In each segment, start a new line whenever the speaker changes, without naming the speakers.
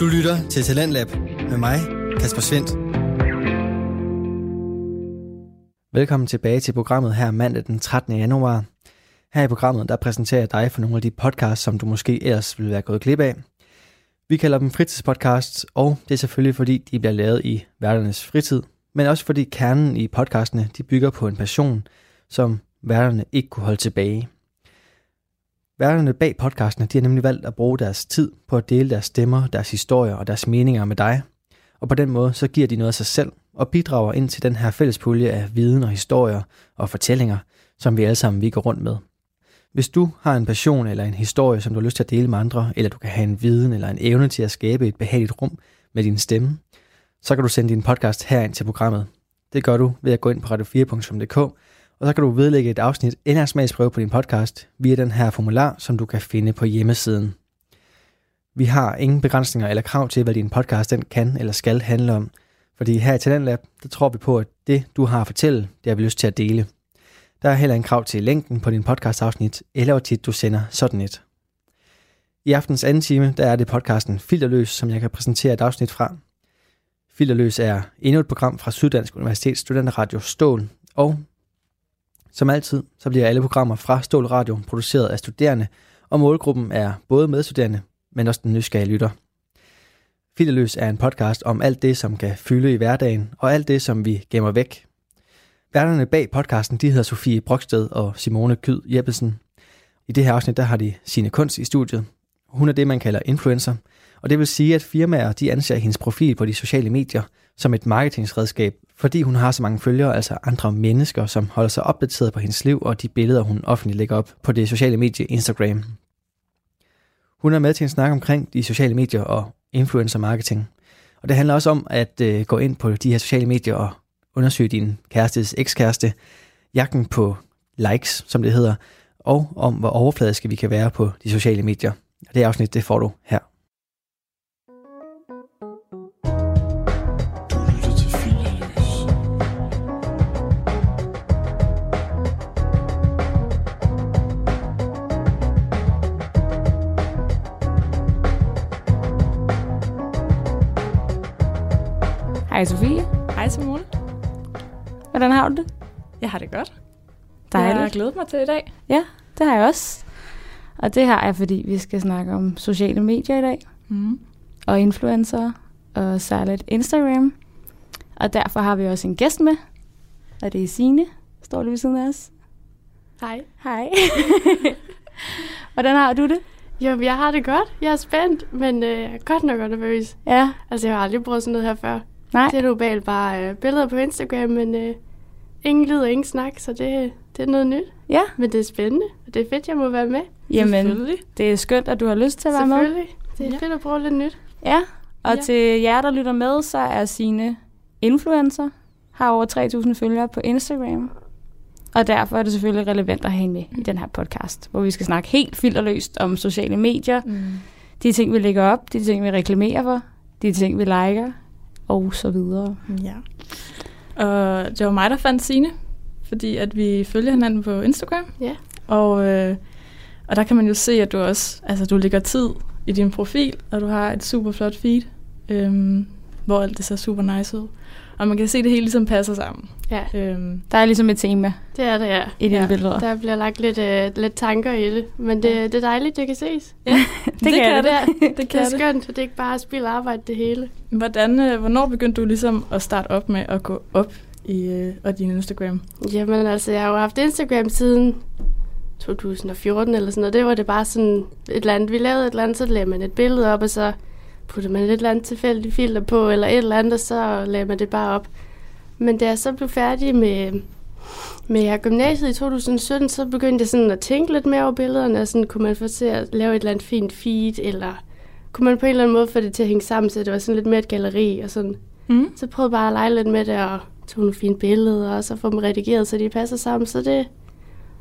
Du lytter til Talentlab med mig, Kasper Svendt. Velkommen tilbage til programmet her mandag den 13. januar. Her i programmet, der præsenterer jeg dig for nogle af de podcasts, som du måske ellers ville være gået glip af. Vi kalder dem fritidspodcasts, og det er selvfølgelig fordi, de bliver lavet i værternes fritid, men også fordi kernen i podcastene, de bygger på en passion, som værterne ikke kunne holde tilbage. Værterne bag podcastene, de har nemlig valgt at bruge deres tid på at dele deres stemmer, deres historier og deres meninger med dig. Og på den måde, så giver de noget af sig selv og bidrager ind til den her fælles pulje af viden og historier og fortællinger, som vi alle sammen vi går rundt med. Hvis du har en passion eller en historie, som du har lyst til at dele med andre, eller du kan have en viden eller en evne til at skabe et behageligt rum med din stemme, så kan du sende din podcast herind til programmet. Det gør du ved at gå ind på radio4.dk og så kan du vedlægge et afsnit eller en smagsprøve på din podcast via den her formular, som du kan finde på hjemmesiden. Vi har ingen begrænsninger eller krav til, hvad din podcast den kan eller skal handle om, fordi her i Talentlab, der tror vi på, at det, du har at fortælle, det har vi lyst til at dele. Der er heller en krav til længden på din podcastafsnit, eller hvor tit du sender sådan et. I aftens anden time, der er det podcasten Filterløs, som jeg kan præsentere et afsnit fra. Filterløs er endnu et program fra Syddansk Universitets Studenteradio Stål, og som altid, så bliver alle programmer fra Stål Radio produceret af studerende, og målgruppen er både medstuderende, men også den nysgerrige lytter. Filterløs er en podcast om alt det, som kan fylde i hverdagen, og alt det, som vi gemmer væk. Værterne bag podcasten, de hedder Sofie Broksted og Simone Kyd Jeppesen. I det her afsnit, der har de sine kunst i studiet. Hun er det, man kalder influencer, og det vil sige, at firmaer de anser hendes profil på de sociale medier som et marketingsredskab, fordi hun har så mange følgere, altså andre mennesker, som holder sig opdateret på hendes liv og de billeder, hun offentligt lægger op på det sociale medie Instagram. Hun er med til en snak omkring de sociale medier og influencer marketing. Og det handler også om at øh, gå ind på de her sociale medier og undersøge din kærestes ekskæreste, jagten på likes, som det hedder, og om hvor overfladiske vi kan være på de sociale medier. Og det afsnit, det får du her.
Hej Sofie,
Hej Simone.
hvordan har du det?
Jeg har det godt. Jeg har
Dejligt.
glædet mig til i dag.
Det har jeg også. Og det har jeg, fordi vi skal snakke om sociale medier i dag,
Mm.
og influencer, og særligt Instagram. Og derfor har vi også en gæst med, og det er Signe, står lige ved siden af os.
Hej.
Hej. hvordan har du det?
Jo, jeg har det godt. Jeg er spændt, men øh, jeg er godt nok også nervøs.
Ja,
Altså, jeg har aldrig prøvet sådan noget her før.
nej.
Det er globalt bare øh, billeder på Instagram, men øh, ingen lyd og ingen snak, så det, det er noget nyt.
Ja,
Men det er spændende, og det er fedt, jeg må være med.
jamen,
Selvfølgelig.
det er skønt, at du har lyst til at være med.
Selvfølgelig. Det er
Ja.
fedt at prøve lidt nyt.
Ja, og ja.
Ja.
til jer, der lytter med, så er Sine influencer, har over 3.000 følgere på Instagram. Og derfor er det selvfølgelig relevant at have hende med i den her podcast, hvor vi skal snakke helt filterløst om sociale medier,
Mm.
de ting, vi lægger op, de ting, vi reklamerer for, de ting, vi liker, og så videre.
Ja. Og det var mig, der fandt Signe, fordi at vi følger hinanden på Instagram.
Ja.
Og, øh, og der kan man jo se, at du også altså, du lægger tid i din profil, og du har et super flot feed, øhm, hvor alt det ser super nice ud. Og man kan se, at det hele ligesom passer sammen.
Ja,
Øhm,
Der er ligesom et tema
det er det, ja.
i dine
Ja,
billeder.
Der bliver lagt lidt, øh, lidt tanker i det, men det, det er dejligt, det kan ses.
Det kan
det.
det. det
Det
kan
er
det.
skønt, at det ikke bare er spild arbejde, det hele.
Hvordan, øh, hvornår begyndte du ligesom at starte op med at gå op i øh, og din Instagram?
Jamen altså, jeg har jo haft Instagram siden 2014 eller sådan noget. Det var det bare sådan et eller andet. Vi lavede et eller andet, så lagde man et billede op, og så puttede man et eller andet tilfældigt filter på, eller et eller andet, og så lagde man det bare op. Men da jeg så blev færdig med, med gymnasiet i 2017, så begyndte jeg sådan at tænke lidt mere over billederne, og sådan kunne man få til at lave et eller andet fint feed, eller kunne man på en eller anden måde få det til at hænge sammen, så det var sådan lidt mere et galeri og sådan.
Mm.
Så prøvede jeg bare at lege lidt med det, og tog nogle fine billeder, og så få dem redigeret, så de passer sammen. Så det,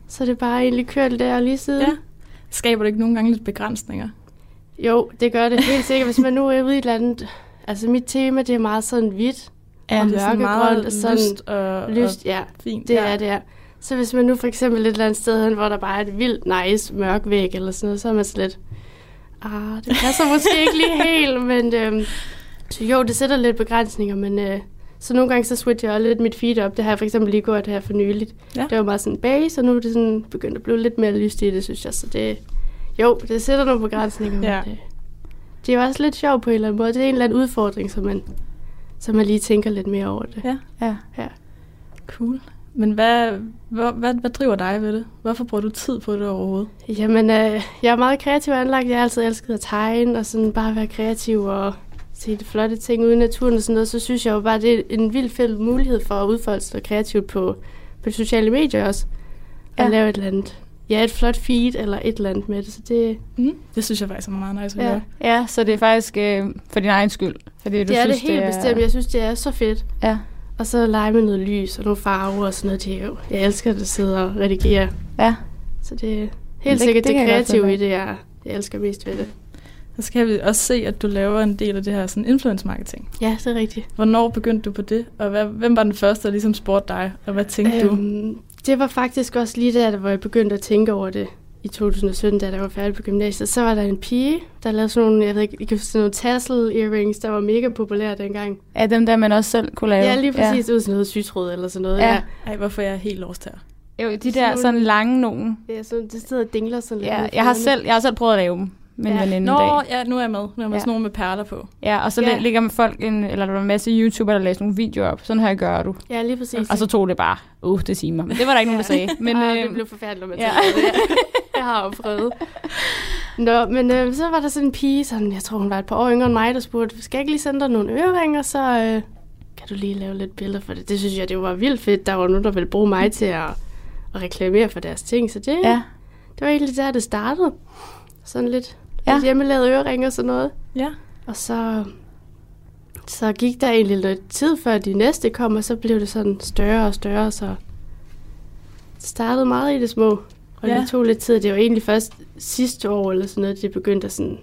så det er bare egentlig kørt der lige siden.
Ja. Skaber det ikke nogle gange lidt begrænsninger?
Jo, det gør det helt sikkert, hvis man nu er ude i et eller andet... Altså mit tema, det er meget sådan hvidt og
det er sådan
mørkegrønt og
meget
sådan
lyst og,
lyst.
og
Ja,
fint.
det er det, ja. Så hvis man nu for eksempel et eller andet sted hen, hvor der bare er et vildt nice mørk væg eller sådan noget, så er man så lidt... ah, det passer måske ikke lige helt, men øhm, så jo, det sætter lidt begrænsninger, men øh, så nogle gange så switcher jeg også lidt mit feed op. Det har jeg for eksempel lige gjort her for nyligt.
Ja.
Ja. Det var meget sådan base, og nu er det sådan begyndt at blive lidt mere lyst i det, synes jeg. Så det, jo, det sætter nogle begrænsninger,
Ja.
ja. men øh, det er jo også lidt sjovt på en eller anden måde. Det er en eller anden udfordring, som man, som man lige tænker lidt mere over det.
Ja.
Ja.
ja.
Cool. Men hvad, hvor, hvad, hvad driver dig ved det? Hvorfor bruger du tid på det overhovedet?
Jamen, øh, jeg er meget kreativ anlagt. Jeg har altid elsket at tegne og sådan bare være kreativ og se de flotte ting ude i naturen og sådan noget. Så synes jeg jo bare, det er en vild fed mulighed for at udfolde sig kreativt på, på de sociale medier også. Og
Ja.
ja. lave et eller andet. Ja, et flot feed eller et eller andet med det. Så det,
Mm. Det synes jeg faktisk er meget nice at ja.
Ja.
gøre.
ja, så det er faktisk øh, for din egen skyld. Fordi du
det er
synes,
det helt
det er,
bestemt. Jeg synes, det er så fedt.
Ja.
Og så lege med noget lys og nogle farver og sådan noget. Det er jo, jeg elsker det at sidde og redigere.
Ja.
Så det er
Det-
helt sikkert
det
det,
kan
det
jeg godt
kreative
følge
i det, jeg, jeg elsker mest ved det.
Så skal vi også se, at du laver en del af det her sådan influence marketing.
Ja, det er rigtigt.
Hvornår begyndte du på det? Og hvad, hvem var den første, der ligesom spurgte dig? Og hvad tænkte øhm. du?
Øhm, det var faktisk også lige der, hvor jeg begyndte at tænke over det i 2017, da jeg var færdig på gymnasiet. Så var der en pige, der lavede sådan nogle, jeg ved ikke, I kan huske sådan nogle tassel earrings, der var mega populære dengang.
Ja, dem der, man også selv kunne lave.
Ja, lige præcis, ja. ud sådan noget sytråd eller sådan noget.
Ja.
Ja,
Ej, hvorfor er jeg helt lost her?
Ja. Jo, de der sådan lange nogen.
ja sådan, det sidder og dingler sådan lidt.
Ja,
ude i
jeg har
fødderne.
selv, jeg har selv prøvet at lave dem med en
Ja.
veninde en
Nå,
dag.
ja, nu er jeg med. Nu er jeg med
Ja.
ja. sådan nogle med perler på.
Ja, og så
Ja.
ja. ligger man folk en, eller der var en masse YouTubere, der læste nogle videoer op. Sådan her gør du.
Ja, lige præcis.
Og så tog det bare, uh, det timer. Men det var der ikke nogen, der sagde. Men,
Men, ah,
øh,
det blev forfærdeligt, når man
ja.
ja. det. Jeg har jo prøvet. Nå, men øh, så var der sådan en pige, sådan, jeg tror hun var et par år yngre end mig, der spurgte, skal jeg ikke lige sende dig nogle øreringer, så øh, kan du lige lave lidt billeder for det. Det synes jeg, det var vildt fedt. Der var nogen, der ville bruge mig til at, at reklamere for deres ting, så det,
ja.
ja. det var egentlig der, det startede. Sådan lidt,
Ja.
ja. lidt hjemmelavede øreringer og sådan noget.
Ja.
Og så, så gik der egentlig lidt tid, før de næste kom, og så blev det sådan større og større, så det startede meget i det små. Og
Ja.
ja. det tog lidt tid. Det var egentlig først sidste år eller sådan noget, det begyndte at sådan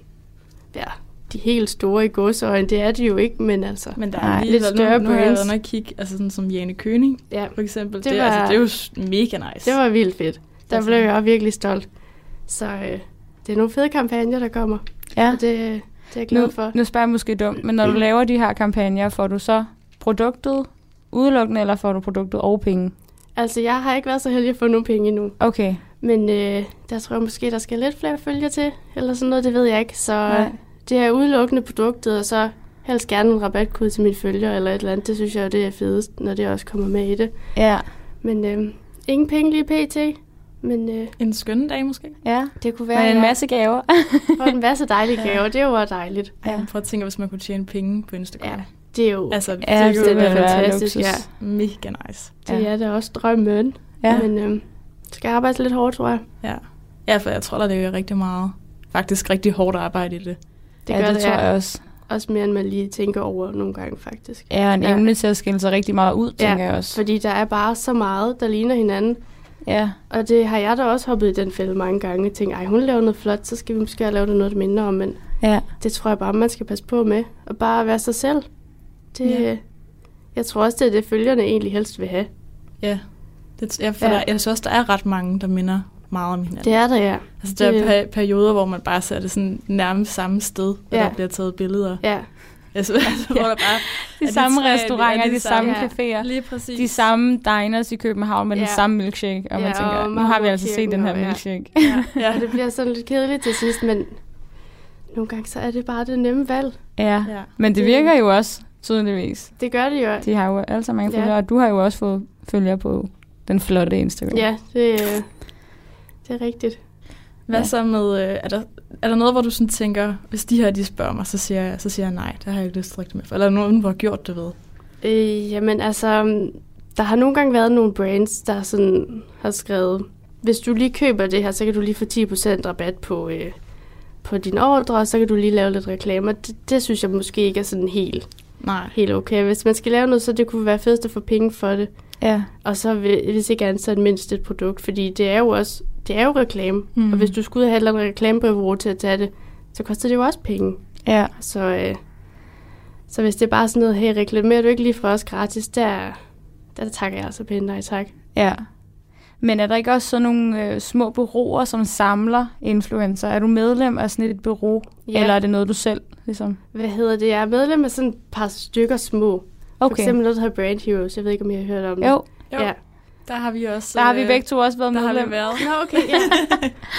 være de helt store i godsøjen. Det er de jo ikke, men altså.
Men der
Ej,
er lige
lidt større
nu, nu har jeg
brands.
været inde og kigge, altså sådan som Jane Køning,
Ja,
for eksempel. Det,
Det
det,
var-
altså, det er jo s- mega nice.
det var vildt fedt. Der
Altså.
blev jeg også virkelig stolt. Så øh, det er nogle fede kampagner, der kommer.
ja.
Og det, det er jeg glad
Nu,
for.
nu spørger jeg måske dumt, men når du laver de her kampagner, får du så produktet udelukkende, eller får du produktet og penge?
Altså, jeg har ikke været så heldig at få nogle penge endnu.
Okay.
Men øh, der tror jeg måske, der skal lidt flere følger til, eller sådan noget, det ved jeg ikke. Så
Nej.
Nej. det er udelukkende produktet, og så helst gerne en rabatkode til mine følger eller et eller andet. Det synes jeg jo, det er fedest, når det også kommer med i det.
Ja.
Men øh, ingen penge lige pt. Men øh,
En skøn dag måske.
Ja.
det kunne være,
Men en
jeg
masse gaver.
får en masse dejlige gaver. Det er jo også dejligt.
Ej,
Ja.
ja. Prøv at tænke, hvis man kunne tjene penge på Instagram.
Ja. Det er jo,
Altså, ja,
Ja,
det er
det
jo
vil være
fantastisk,
luksus.
ja.
mega nice.
det er da også drømmen.
Ja.
Men øh, skal arbejde lidt hårdt, tror jeg.
Ja. ja, for jeg tror, der ligger rigtig meget, faktisk rigtig hårdt arbejde i det.
Det
ja,
gør
det,
det,
tror
ja.
jeg også.
også mere, end man lige tænker over nogle gange, faktisk.
Ja, en
Ja.
evne til at skille sig rigtig meget ud, tænker jeg også.
Fordi der er bare så meget, der ligner hinanden.
Ja.
Og det har jeg da også hoppet i den fælde mange gange. Jeg tænker, ej, hun laver noget flot, så skal vi måske lave det noget, der minder om. Men
Ja.
det tror jeg bare, man skal passe på med. Og bare være sig selv. Det,
Ja.
ja. Jeg tror også, det er det, følgerne egentlig helst vil have.
Ja, det, jeg, for ja.
Ja.
Der, jeg synes også, der er ret mange, der minder meget om hinanden.
Det er der, ja.
altså, der
det-
er pe- perioder, hvor man bare ser det sådan nærmest samme sted, og
Ja.
der bliver taget billeder.
Ja,
Altså, ja. hvor der bare
De
de
samme
tre-
restauranter,
er de
de samme
samme?
caféer.
Lige præcis.
De samme diners i København med den
Ja.
samme milkshake, og man
Ja,
tænker,
og
nu har vi altså set
Marmorkirken
den her
og- ja.
milkshake.
Ja. ja.
og det bliver sådan lidt kedeligt til sidst, men nogle gange så er det bare det nemme valg.
Ja.
ja.
Men det
Det-
virker jo også, tydeligvis.
Det gør det jo.
De har jo alle sammen mange
Ja.
følgere, og du har jo også fået følgere på den flotte Instagram.
Ja, det, øh, det er rigtigt.
Hvad
Ja.
ja. så med, øh, er der, er der noget, hvor du sådan tænker, hvis de her de spørger mig, så siger jeg, så siger jeg nej, det har jeg ikke lyst til rigtig med. for." Eller er der nogen, hvor har gjort det ved?
Øh, jamen altså, mm, der har nogle gange været nogle brands, der sådan har skrevet, hvis du lige køber det her, så kan du lige få 10% rabat på, øh, på din ordre, og så kan du lige lave lidt reklamer. Det, det synes jeg måske ikke er sådan helt,
Nej.
helt okay. Hvis man skal lave noget, så det kunne være fedest at få penge for det.
ja.
Og så vil- hvis ikke andet, så et mindst et produkt, fordi det er jo også det er jo reklame. Mm. Og hvis du skulle ud og have et eller andet reklamebureau til at tage det, så koster det jo også penge.
ja.
Så, øh, så hvis det er bare sådan noget, hey, reklamerer du ikke lige for os gratis, der, der takker jeg altså pænt nej tak.
Ja. Men er der ikke også sådan nogle øh, små bureauer, som samler influencer? Er du medlem af sådan et bureau, ja. eller er det noget, du selv ligesom?
Hvad hedder det? Jeg er medlem af sådan et par stykker små. For
Okay,
eksempel noget, der hedder Brand Heroes. Jeg ved ikke, om I har hørt om det.
jo,
Jo,
Ja.
der har vi også...
der har vi
øh,
begge to også været
Der har
medlem.
vi været.
Nå, okay, ja.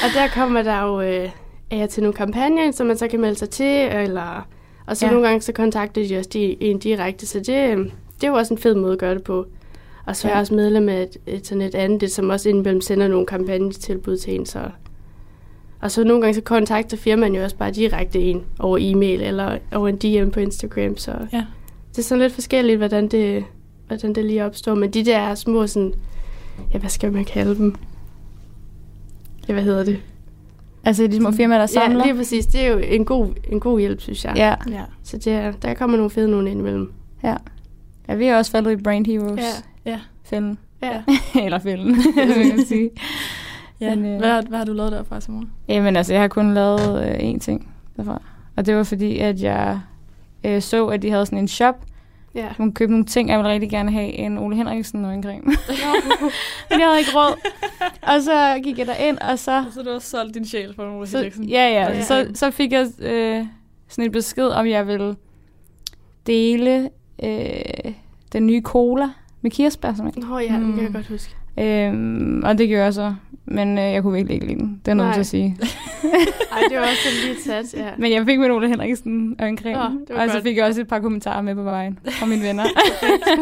og der kommer der jo øh, af og til nogle kampagner, som man så kan melde sig til, eller, og så
Ja.
ja. nogle gange så kontakter de også de, en direkte, så det, øh, det er jo også en fed måde at gøre det på. Og så er
Ja.
jeg også medlem af et, et sådan et andet, det, som også indimellem sender nogle kampagnetilbud til en, så... Og så nogle gange så kontakter firmaen jo også bare direkte en over e-mail eller over en DM på Instagram, så
Ja.
det er sådan lidt forskelligt, hvordan det, hvordan det lige opstår. Men de der små sådan, ja, hvad skal man kalde dem? Ja, hvad hedder det?
Altså de små firmaer, der samler?
Ja, lige præcis. Det er jo en god, en god hjælp, synes jeg.
ja.
Ja.
Så det er, der kommer nogle fede nogen ind imellem.
ja, vi er også faldet i Brain Heroes
Ja.
Ja.
fælden.
Ja.
eller fælden, vil man sige.
ja.
Men, øh,
Hvad, har- hvad har du lavet derfra, Simone?
Jamen altså, jeg har kun lavet øh, én ting derfra. Og det var fordi, at jeg øh, så, at de havde sådan en shop.
Ja.
Hun købte nogle ting, og jeg ville rigtig gerne have en Ole Henriksen og en creme. Men jeg havde ikke råd. Og så gik jeg derind, og så...
Så du har også solgt din sjæl for nogle
så ja, ja.
Ja.
Så, så fik jeg øh, sådan et besked, om jeg ville dele øh, den nye cola med kirsebær, som
Nå ja, det kan jeg
Mm.
Hmm.
godt huske.
Øhm, og det gjorde jeg så. Men øh, jeg kunne virkelig ikke lide den. Det er noget
Nej.
til at sige.
Ej, det var også sådan lige sat, ja.
Men jeg fik min Ole Henriksen og en creme.
Åh,
Oh,
det var
og så
godt.
fik jeg også et par kommentarer med på vejen fra mine venner.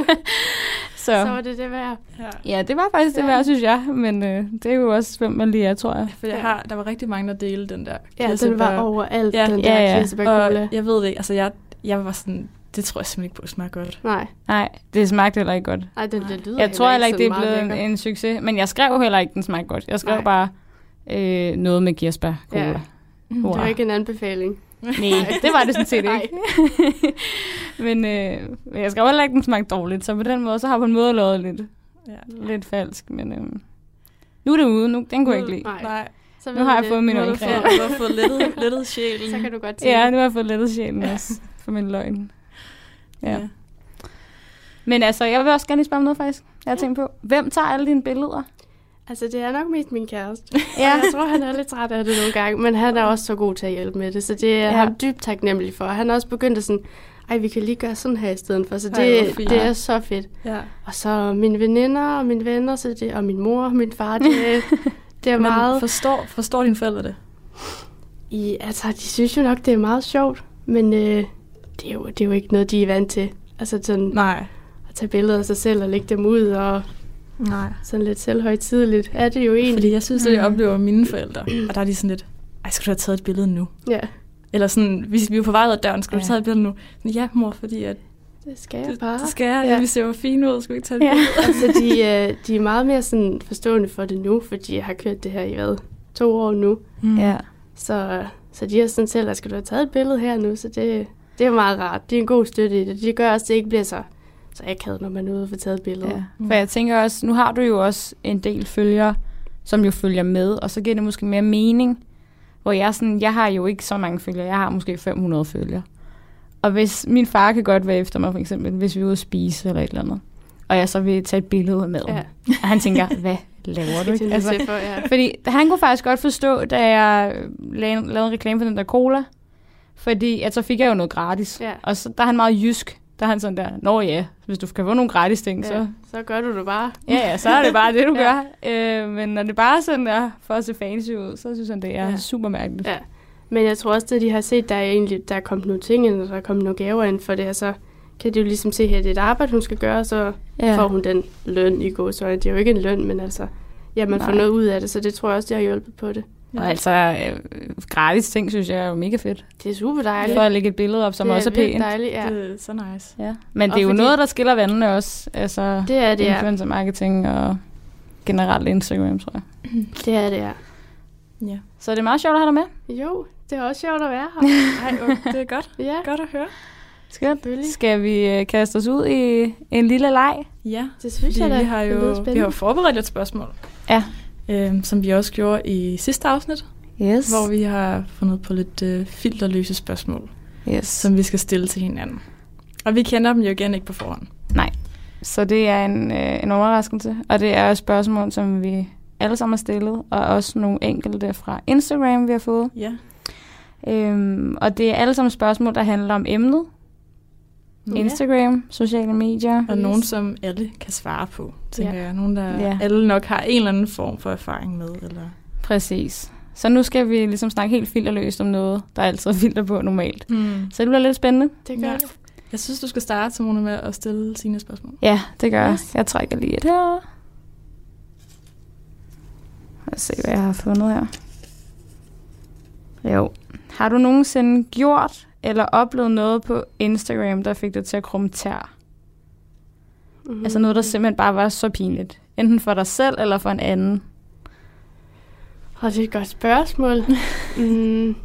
så
Så var det det værd.
ja.
ja, det var faktisk det
Ja.
værd, synes jeg. Men øh, det er jo også, hvem man lige er, tror jeg.
For jeg har, der var rigtig mange, der delte den der
Ja, den
kirsebær.
var overalt,
Ja,
ja, den
ja,
der
ja.
ja,
Og
kirsebærkugle.
jeg ved det ikke, altså jeg, jeg var sådan, det tror jeg simpelthen ikke på, det smager godt.
Nej,
Nej, det smagte heller ikke godt.
Ej, den, den lyder
Jeg tror heller ikke, det er
sådan meget
blevet en,
lækker.
en succes. Men jeg skrev heller ikke, den smagte godt. Jeg skrev
Nej.
bare øh, noget med kirsebær. Cola.
Ja.
Mm,
Wow.
Det var ikke en anbefaling.
Nej, det var det sådan set
Nej.
ikke. men øh, men jeg skal jo heller ikke, den smagte dårligt, så på den måde, så har på en måde lavet lidt,
Ja.
lidt falsk, men øh, nu er det ude, nu, den kunne jeg ikke lide.
Nej.
Nej,
Så
Nu
ved
har
vi
jeg
det.
fået min
Nu har
du
du
øl.
fået-
har du har fået lettet, lettet sjælen.
Så kan du godt
Ja, nu
det.
har jeg fået lettet sjælen også, for min løgn. Ja. Men altså, jeg vil også gerne lige spørge om noget faktisk, jeg har tænkt på. Hvem tager alle dine billeder?
Altså, det er nok mest min kæreste. Ja. Jeg tror, han er lidt træt af det nogle gange, men han er også så god til at hjælpe med det, så det er
Ja.
ja. ham dybt taknemmelig for. Han er også begyndt at sådan, ej, vi kan lige gøre sådan her i stedet for, så
Ej, hvor
det,
fint.
det er så fedt.
ja.
Og så mine veninder og mine venner, så det, og min mor og min far, det, det er
Men
meget...
forstår, forstår dine forældre det?
I, altså, de synes jo nok, det er meget sjovt, men øh, det, er jo, det er jo ikke noget, de er vant til. Altså sådan
Nej.
at tage billeder af sig selv og lægge dem ud, og
Nej.
sådan lidt selvhøjtidligt er det jo egentlig.
Fordi jeg synes, det jeg
Mm.
oplever med mine forældre, og der er de sådan lidt, ej, skal du have taget et billede nu?
Ja,
Eller sådan, hvis vi er på vej ud af døren, skal du
Ja.
have taget et billede nu? Sådan, ja, mor, fordi at
det skal jeg
det,
bare.
det skal jeg,
Ja.
ja. vi ser jo fine ud, skal vi ikke tage et
Ja.
billede?
altså, de, øh, de er meget mere sådan forstående for det nu, fordi jeg har kørt det her i hvad? To år nu.
Mm.
Ja.
Så, så de er sådan selv, at skal du have taget et billede her nu? Så det, det er meget rart. Det er en god støtte i det. Det gør også, at det ikke bliver så, så akavet, når man er ude og få taget et billede.
Ja.
Ja.
For jeg tænker også, nu har du jo også en del følgere, som jo følger med, og så giver det måske mere mening, hvor jeg er sådan, jeg har jo ikke så mange følgere, jeg har måske 500 følgere. Og hvis min far kan godt være efter mig, for eksempel, hvis vi er ude at spise eller et eller andet, og jeg så vil tage et billede af maden, ja.
Ja.
og han tænker, hvad laver du? Ikke?
Altså,
Altså,
for, ja.
fordi han kunne faktisk godt forstå, da jeg lavede, lavede en reklame for den der cola, fordi at så fik jeg jo noget gratis.
Ja.
Og så, der er han meget jysk. Der er han sådan der, nå ja, hvis du kan få nogle gratis ting, ja. så
ja. Så gør du det bare.
Ja, ja, så er det bare det, du
Ja.
gør. Øh, men når det bare sådan er for at se fancy ud, så synes han, det er ja.
Ja.
super mærkeligt.
Ja. Men jeg tror også, at de har set, der er egentlig der er kommet nogle ting ind, og der er kommet nogle gaver ind for det, og så kan de jo ligesom se, her det er et arbejde, hun skal gøre, og så ja. får hun den løn i går. Så det er jo ikke en løn, men altså, ja, man Nej. får
Nej.
noget ud af det, så det tror jeg også, det har hjulpet på det.
Og altså, øh, gratis ting, synes jeg er jo mega fedt.
Det er super dejligt.
For at lægge et billede op, som
det
også er
vildt
pænt.
dejligt, ja.
Det er så nice.
Ja. Men det
Og
er jo
fordi-
noget, der skiller vandene også. Altså,
Det er det, ja.
influencer marketing og generelt Instagram, tror jeg.
Det er det, ja.
Ja.
Så det er meget sjovt at have dig med.
Jo, det er også sjovt at være her.
Ej, øh, det er godt.
Ja,
Godt at høre.
selvfølgelig.
Skal vi øh, kaste os ud i en lille leg?
Ja,
Det synes
Fordi
jeg da,
vi har
det
jo
lyder
vi har jo
spændende.
forberedt et spørgsmål.
Ja.
Øhm, som vi også gjorde i sidste afsnit,
Yes.
hvor vi har fundet på lidt øh, filterløse spørgsmål,
yes.
som vi skal stille til hinanden. Og vi kender dem jo igen ikke på forhånd.
Så det er en, øh, en overraskelse, og det er spørgsmål, som vi alle sammen har stillet, og også nogle enkelte fra Instagram, vi har fået.
Ja.
Øhm, og det er alle sammen spørgsmål, der handler om emnet.
Ja.
Instagram, sociale medier.
Og nogen, som alle kan svare på, tænker
Ja.
jeg. Nogen, der
Ja.
alle nok har en eller anden form for erfaring med. Eller...
Præcis. Så nu skal vi ligesom snakke helt filterløst om noget, der er altid er filter på normalt.
Mm.
Så det bliver lidt spændende.
Det gør
Ja.
ja.
Jeg synes, du skal starte, Simone, med at stille sine spørgsmål.
Ja, det gør jeg.
Yes.
Jeg trækker lige et her. Lad os se, hvad jeg har fundet her. Jo. Har du nogensinde gjort eller oplevet noget på Instagram, der fik dig til at krumme tær?
Mm-hmm.
Altså noget, der simpelthen bare var så pinligt. Enten for dig selv eller for en anden.
Og det er et godt spørgsmål. mm,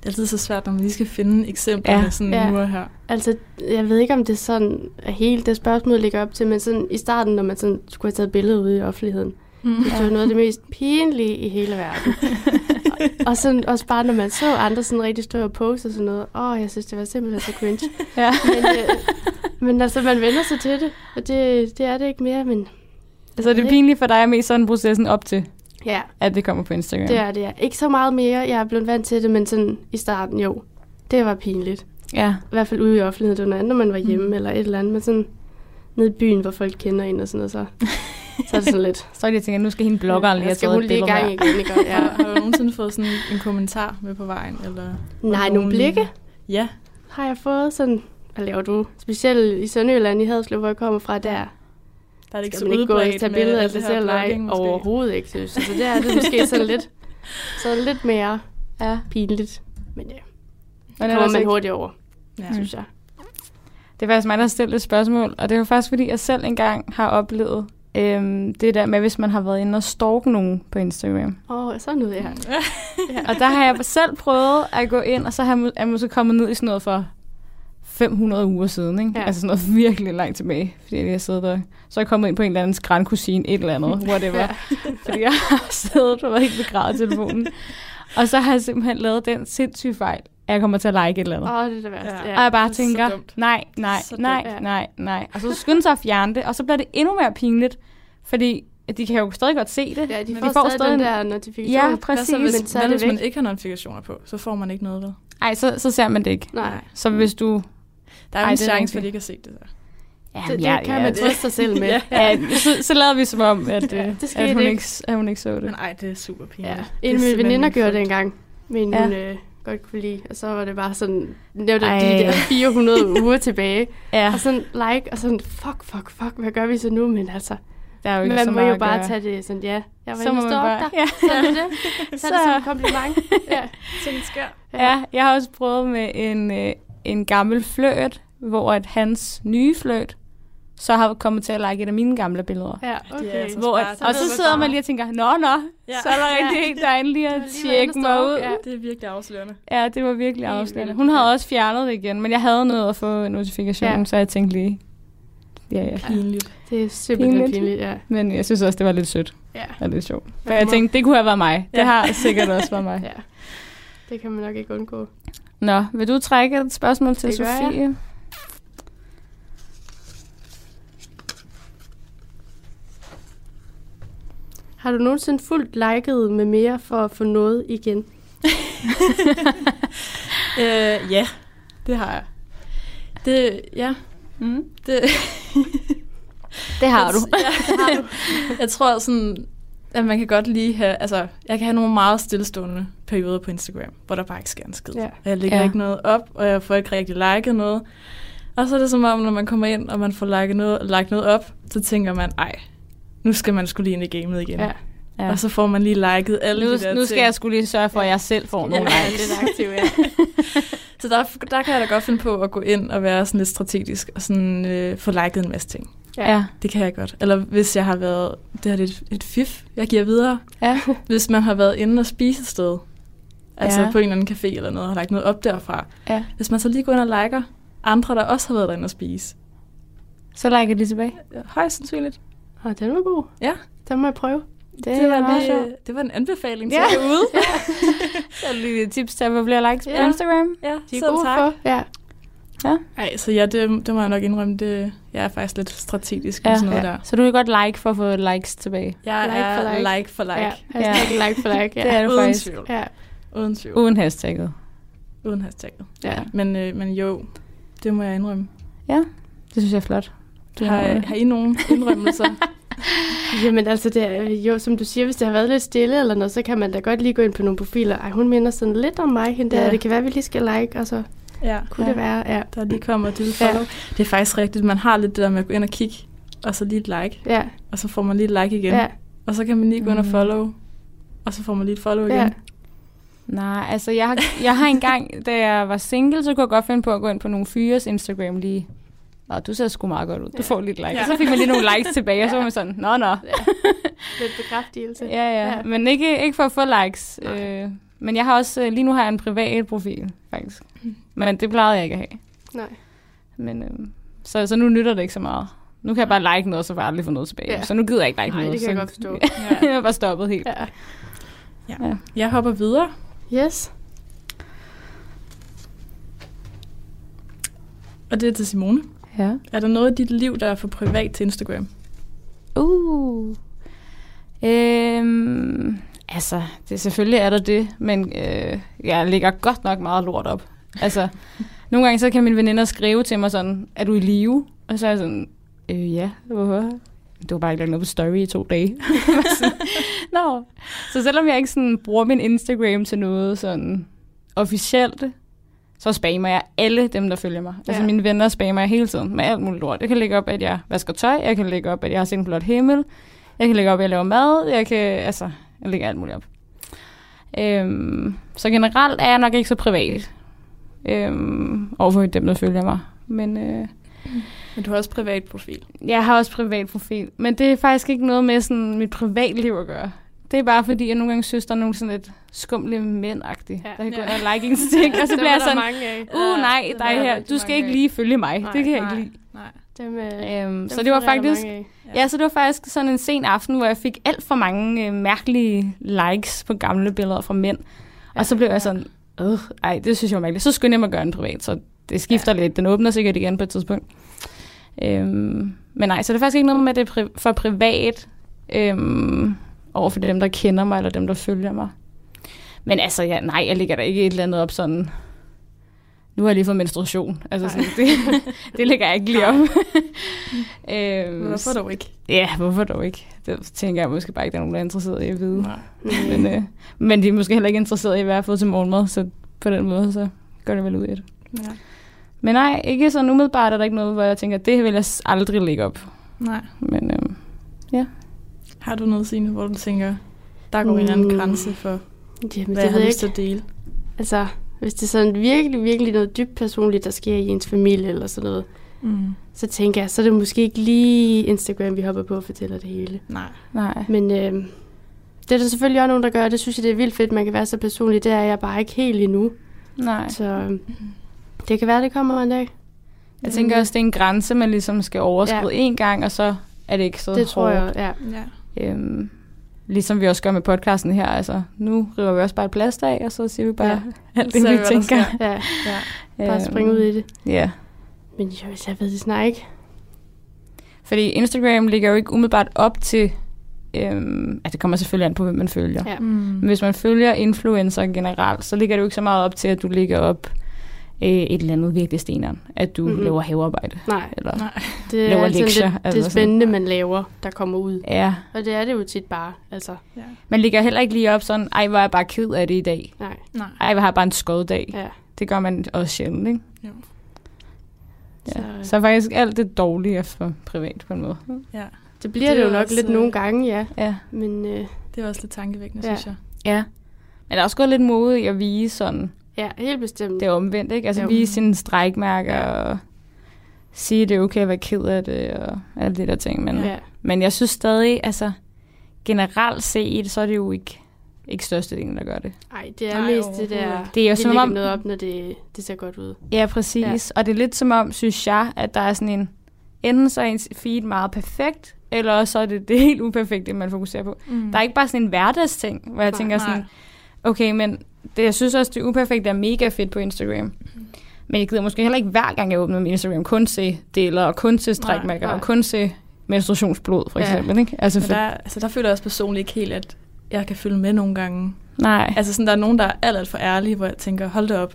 Det er altid så svært, når man lige skal finde eksemplerne
Ja.
ja. sådan
Ja.
nu og her.
altså, jeg ved ikke, om det er sådan, at hele det spørgsmål ligger op til, men sådan i starten, når man sådan skulle have taget billedet ude i offentligheden,
Mm.
det var noget af det mest pinlige i hele verden. og, og sådan, også bare, når man så andre sådan rigtig stå og pose og sådan noget. Åh, oh, jeg synes, det var simpelthen så cringe.
Ja.
Men, øh, men altså, man vender sig til det, og det, det er det ikke mere, men
Altså det
Det-
pinlige for dig er mest sådan processen op til,
ja,
at det kommer på Instagram.
det er det. Ja. Ikke så meget mere, jeg er blevet vant til det, men sådan i starten, jo, det var pinligt.
Ja.
I hvert fald ude i offentligheden, det var noget andet, når man var hjemme
Mm.
mm. eller et eller andet, men sådan nede i byen, hvor folk kender en og sådan noget, så, så er det sådan lidt.
Så er det, jeg tænker, nu skal hende bloggeren lige
Jeg
have
skal
taget
hun
et
lige i
billede
gang
her.
igen, ikke? Og-
Ja.
Ja.
Har du nogensinde fået sådan en kommentar med på vejen? Eller...
Nej, nogle blikke
Ja.
har jeg fået sådan, hvad laver du? Specielt i Sønderjylland, i Haderslev, hvor jeg kommer fra, der
Der er det ikke
skal
så
man ikke gå og
udbredt
tage
med
billeder af
alt
sig
det her
selv, nej,
blogging, måske.
overhovedet ikke, synes jeg. Så det er det måske sådan lidt, sådan lidt mere
Ja.
pinligt. Men ja,
Men
det
ellers
kommer man
ikke.
hurtigt over,
Ja.
synes jeg.
Det var faktisk mig, der stillede et spørgsmål, og det var faktisk, fordi jeg selv engang har oplevet øhm, det der med, hvis man har været inde og stalke nogen på Instagram.
Åh, oh, sådan noget
Mm.
her.
Og der har jeg selv prøvet at gå ind, og så har jeg må- er jeg måske kommet ned i sådan noget for 500 uger siden, ikke? Ja.
Ja.
Altså sådan noget virkelig langt tilbage, fordi jeg lige har siddet der. Så er jeg kommet ind på en eller andens grandkusine, et eller andet, whatever. ja. Fordi jeg har siddet og været helt begravet i telefonen. Og så har jeg simpelthen lavet den sindssyge fejl, at jeg kommer til at like et eller andet.
Åh, oh, det er det værste.
Ja.
Ja.
Og jeg bare
det er så
tænker,
dumt.
nej, nej,
Så dumt,
nej,
ja.
nej, nej. Og så skynder sig at fjerne det, og så bliver det endnu mere pinligt, fordi de kan jo stadig godt se det.
Ja, de
Men
får,
de får
stadig,
stadig
den
en-
der notifikation.
Ja,
Hvad så, hvis,
præcis.
Men så er
hvad
det
hvis man
væk.
ikke har notifikationer på? Så får man ikke noget ved.
Nej, så, så ser man det ikke.
Nej,
Så hvis du...
Der er jo
Ej,
en
det er
chance
rigtigt.
for, at de ikke har set det der.
Ja,
det, det ja, kan ja, man trøste sig selv med.
Ja.
ja.
Ja, så, så lader vi som om, at,
Ja,
ja,
det skete
at, hun
ikke.
ikke, at hun ikke så det.
Men ej, det er super pinligt.
Ja.
Ja.
En af mine veninder gjorde det
ikke.
engang, men
Ja.
ja. hun øh, godt kunne lide. Og så var det bare sådan, nævnte
Ej.
de der 400 uger tilbage.
Ja,
Og sådan like, og sådan, fuck, fuck, fuck, hvad gør vi så nu? Men altså,
der er jo
men
ikke så
man må
meget
jo
at
bare
gøre.
tage det sådan, ja, jeg var
så må
inde og
man
stå
bare...
op der.
Ja.
Så er det det. Så er det som
Så-
et kompliment. Ja.
Ting sker.
Ja, jeg har også prøvet med en, øh, en gammel fløt, hvor at hans nye fløt så har kommet til at like et af mine gamle billeder.
Ja, okay.
altså-
Hvor,
Smart.
at, og
Så
så
ved du
sidder
bare.
man lige og tænker, nå, nå,
Ja.
ja. så er der rigtig en, der er inde lige
Det
at
var lige, hvad
tjekke
der
mig
står.
ud.
Ja.
Det er virkelig afslørende.
Ja, det var virkelig
Helt
afslørende.
vildt.
Hun havde også fjernet det igen, men jeg havde noget at få notifikationen, ja.
Ja.
så jeg tænkte lige, ja, ja.
Pinligt.
Det er simpelthen
Pinligt.
pinligt, ja.
Men jeg synes også, det var lidt sødt
Ja.
og lidt sjovt. For
Man
jeg
må-
tænkte, det kunne have været mig. Det
Ja.
har sikkert også været mig.
ja. Det kan man nok ikke undgå.
Nå, vil du trække et spørgsmål til
Det gør jeg.
Sofie?
Har du nogensinde fuldt liket med mere for at få noget igen?
Øh, ja, det har jeg. Det, ja,
Mm.
det,
Det har du.
jeg tror sådan, at man kan godt lige have, altså, jeg kan have nogle meget stillestående perioder på Instagram, hvor der bare ikke sker en skid.
Ja.
Og jeg lægger
Ja.
ja. ikke noget op, og jeg får ikke rigtig liket noget. Og så er det som om, når man kommer ind, og man får liket noget, lagt noget op, så tænker man, ej, nu skal man skulle lige ind i gamet igen.
Ja.
Ja.
Og så får man lige liket alle de der
Nu, nu skal
ting.
jeg skulle lige sørge for, at jeg selv får nogle
Ja,
likes.
lidt aktiv, ja.
Så der, der kan jeg da godt finde på at gå ind og være sådan lidt strategisk og sådan, øh, få liket en masse ting.
Ja.
Det kan jeg godt. Eller hvis jeg har været... Det her det er et, et fif, jeg giver videre.
Ja.
Hvis man har været inde og spise et sted, altså
Ja.
ja. på en eller anden café eller noget, og har lagt noget op derfra.
ja.
Hvis man så lige går ind og liker andre, der også har været derinde og spise.
Så liker de tilbage.
Ja, Højst sandsynligt.
Og den var god.
Ja.
Den må jeg prøve.
Det, det var meget sjovt.
det, det var en anbefaling til
Ja.
ja. derude.
Så lige et tips til, at man bliver likes på
Ja.
Instagram.
Ja,
De er
selv
gode
tak.
for. Ja.
Ja.
Ej, så ja, det, det må jeg nok indrømme, det, jeg er faktisk lidt strategisk ja, med sådan noget ja. der.
Så du vil godt like for at få likes tilbage.
Jeg
Like
er
for like.
like for like.
Ja, altså, hashtag like for like. Ja.
Det er du
Uden
faktisk.
tvivl.
ja.
Uden tvivl.
Uden hashtagget.
Uden hashtagget.
ja.
Men, øh, men jo, det må jeg indrømme.
Det synes jeg er flot. Du
Har, har I nogen indrømmelser?
Jamen altså, det er, jo, som du siger, hvis det har været lidt stille eller noget, så kan man da godt lige gå ind på nogle profiler. Ej, hun minder sådan lidt om mig, hende der.
Ja.
Det kan være, vi lige skal like, og så
ja.
kunne ja. det være. Ja.
Der lige kommer det follow. Ja. Det er faktisk rigtigt. Man har lidt det der med at gå ind og kigge, og så lige et like,
Ja.
og så får man lige et like igen.
ja.
Og så kan man lige gå ind og
Mm.
follow, og så får man lige et follow igen.
Ja.
Nej, altså jeg har, jeg har engang, da jeg var single, så kunne jeg godt finde på at gå ind på nogle fyres Instagram lige. Nå, du ser sgu meget godt ud. Du får lidt likes. Ja.
Ja.
Og så fik man lige nogle likes tilbage, og så var man sådan, nå, nå.
Lidt bekræftelse.
Ja, ja. Men ikke, ikke for at få likes. Øh, men jeg har også, øh, lige nu har jeg en privat profil, faktisk. Men det plejede jeg ikke at have.
Nej.
Men, øh, så, så nu nytter det ikke så meget. Nu kan jeg bare like noget, og så får jeg aldrig få noget tilbage.
Ja.
Så nu gider jeg ikke like
Nej,
noget.
det kan jeg
så,
godt forstå.
Ja.
jeg var bare stoppet helt.
Ja.
Jeg hopper videre.
Yes.
Og det er til Simone.
Ja.
Er der noget i dit liv, der er for privat til Instagram?
Uh. Øhm, altså, det, selvfølgelig er der det, men øh, jeg lægger godt nok meget lort op. Altså, nogle gange så kan mine veninder skrive til mig sådan, er du i live? Og så er jeg sådan, øh, ja, hvorfor? Du har bare ikke lagt noget på story i to dage. Nå. Så selvom jeg ikke sådan bruger min Instagram til noget sådan officielt, så spammer jeg alle dem, der følger mig. Altså
Ja.
mine venner spammer jeg hele tiden med alt muligt lort. Jeg kan lægge op, at jeg vasker tøj. Jeg kan lægge op, at jeg har set en blot himmel. Jeg kan lægge op, at jeg laver mad. Jeg kan, altså, jeg lægger alt muligt op. Øhm, så generelt er jeg nok ikke så privat øhm, overfor dem, der følger mig. Men øh,
Men du har også privat profil.
jeg har også privat profil, men det er faktisk ikke noget med sådan mit privatliv at gøre. Det er bare fordi, jeg nogle gange synes, der er nogle sådan lidt skumle mænd ja. der kan gå
Ja.
ind og like ens ting, og så bliver jeg sådan,
mange af.
uh nej,
Dem er
dig
der
her,
rigtig
du skal
mange
ikke
af.
lige følge mig,
Nej,
det kan jeg
nej,
ikke lide.
Nej.
Dem, øh,
Øhm,
dem
så det var
får jeg
faktisk,
mange af.
ja, så det var faktisk sådan en sen aften, hvor jeg fik alt for mange øh, mærkelige likes på gamle billeder fra mænd, og så blev jeg sådan, øh, ej, det synes jeg var mærkeligt. Så skyndte jeg mig at gøre den privat, så det skifter ja. lidt. Den åbner sikkert igen på et tidspunkt. Øhm, men nej, så det er faktisk ikke noget med, at det er pri- for privat øhm, over for dem, der kender mig, eller dem, der følger mig. Men altså, ja, nej, jeg ligger der ikke et eller andet op sådan, nu har jeg lige fået menstruation. Altså, sådan, det, det ligger jeg ikke lige op. øhm,
Hvorfor dog ikke?
Ja, hvorfor dog ikke? Det tænker jeg måske bare ikke, der er nogen, der er interesseret i at vide.
Nej.
Men, øh, men de er måske heller ikke interesseret i, hvad jeg har fået til morgenmad, så på den måde, så går det vel ud i det.
Ja.
Men nej, ikke sådan umiddelbart er der ikke noget, hvor jeg tænker, det vil jeg s- aldrig lægge op.
Nej.
Men øh,
Har du noget, Signe, hvor du tænker, der går mm. en eller anden
Mm.
grænse for,
Jamen,
hvad
det
jeg
ved
har
jeg
lyst
ikke.
til at dele?
Altså, hvis det er sådan virkelig, virkelig noget dybt personligt, der sker i ens familie eller sådan noget,
Mm.
så tænker jeg, så er det måske ikke lige Instagram, vi hopper på og fortæller det hele.
Nej.
nej.
Men øh, det er der selvfølgelig også nogen, der gør, og det synes jeg, det er vildt fedt, man kan være så personlig. Det er jeg bare ikke helt endnu.
nej.
Så øh, det kan være, det kommer en dag.
Jeg tænker også, det er en grænse, man ligesom skal overskride
Ja.
en gang, og så er det ikke så
Det tror
hårdt.
jeg, ja.
Ja.
Øhm, ligesom vi også gør med podcasten her, altså nu river vi også bare et plast af, og så siger vi bare
Ja.
ja. alt det,
Så
vi
er det, hvad der
tænker.
sker.
ja.
ja.
Bare
Øhm.
springe ud i det.
Ja.
Men jo, jeg ved det snart ikke.
Fordi Instagram ligger jo ikke umiddelbart op til, øhm, at det kommer selvfølgelig an på, hvem man følger.
Ja.
Mm.
Men hvis man følger influencer generelt, så ligger det jo ikke så meget op til, at du ligger op øh, et eller andet virkelig steneren. At du
Mhm.
mm-hmm. laver havearbejde.
Nej,
Eller,
Nej.
det er
Laver
altid
lektier,
lidt,
altså
det
sådan.
spændende, man laver, der kommer ud.
ja.
Og det er det jo tit bare, altså.
Ja.
Man ligger heller ikke lige op sådan, ej, hvor er jeg bare ked af det i dag.
Nej,
Nej.
Ej, hvor har jeg bare en skoddag. Ja.
ja.
Det gør man også sjældent, ikke?
Jo.
Ja.
Så- øh.
Så faktisk alt det dårlige er for privat på en måde.
Ja.
Det bliver
Det
det,
er
jo nok
også,
lidt
øh,
nogle gange, ja.
Ja.
Men øh,
Det er også lidt tankevækkende,
Ja.
synes jeg.
ja. Men der er også gået lidt mode i at vise sådan,
ja, helt bestemt.
det er omvendt, ikke? Altså
Jo.
jo. vise sine strækmærker og sige, det er okay at være ked af det og alle de der ting. Men, ja.
ja.
men jeg synes stadig, altså generelt set, så er det jo ikke, ikke størstedelen, der gør det.
Ej, det er
Nej,
Nej, mest det
overhovedet
der,
ikke.
Det er jo
vi
som
lægger
om-
noget op, når det, det ser godt ud.
Ja, præcis. Ja. Og det er lidt som om, synes jeg, at der er sådan en, enten så er ens feed meget perfekt, eller også så er det det helt uperfekte, man fokuserer på.
Mm.
Der er ikke bare sådan en hverdagsting, hvor jeg
Nej,
tænker sådan, okay, men det, jeg synes også, det uperfekte er mega fedt på Instagram. Men jeg gider måske heller ikke hver gang, jeg åbner min Instagram, kun se deler og kun se strækmærker
nej.
og kun se menstruationsblod, for
Ja.
eksempel. Ikke? Altså,
Men
for,
der, altså, der føler jeg også personligt ikke helt, at jeg kan følge med nogle gange.
nej,
Altså sådan, der er nogen, der er alt, alt for ærlige, hvor jeg tænker, hold da op,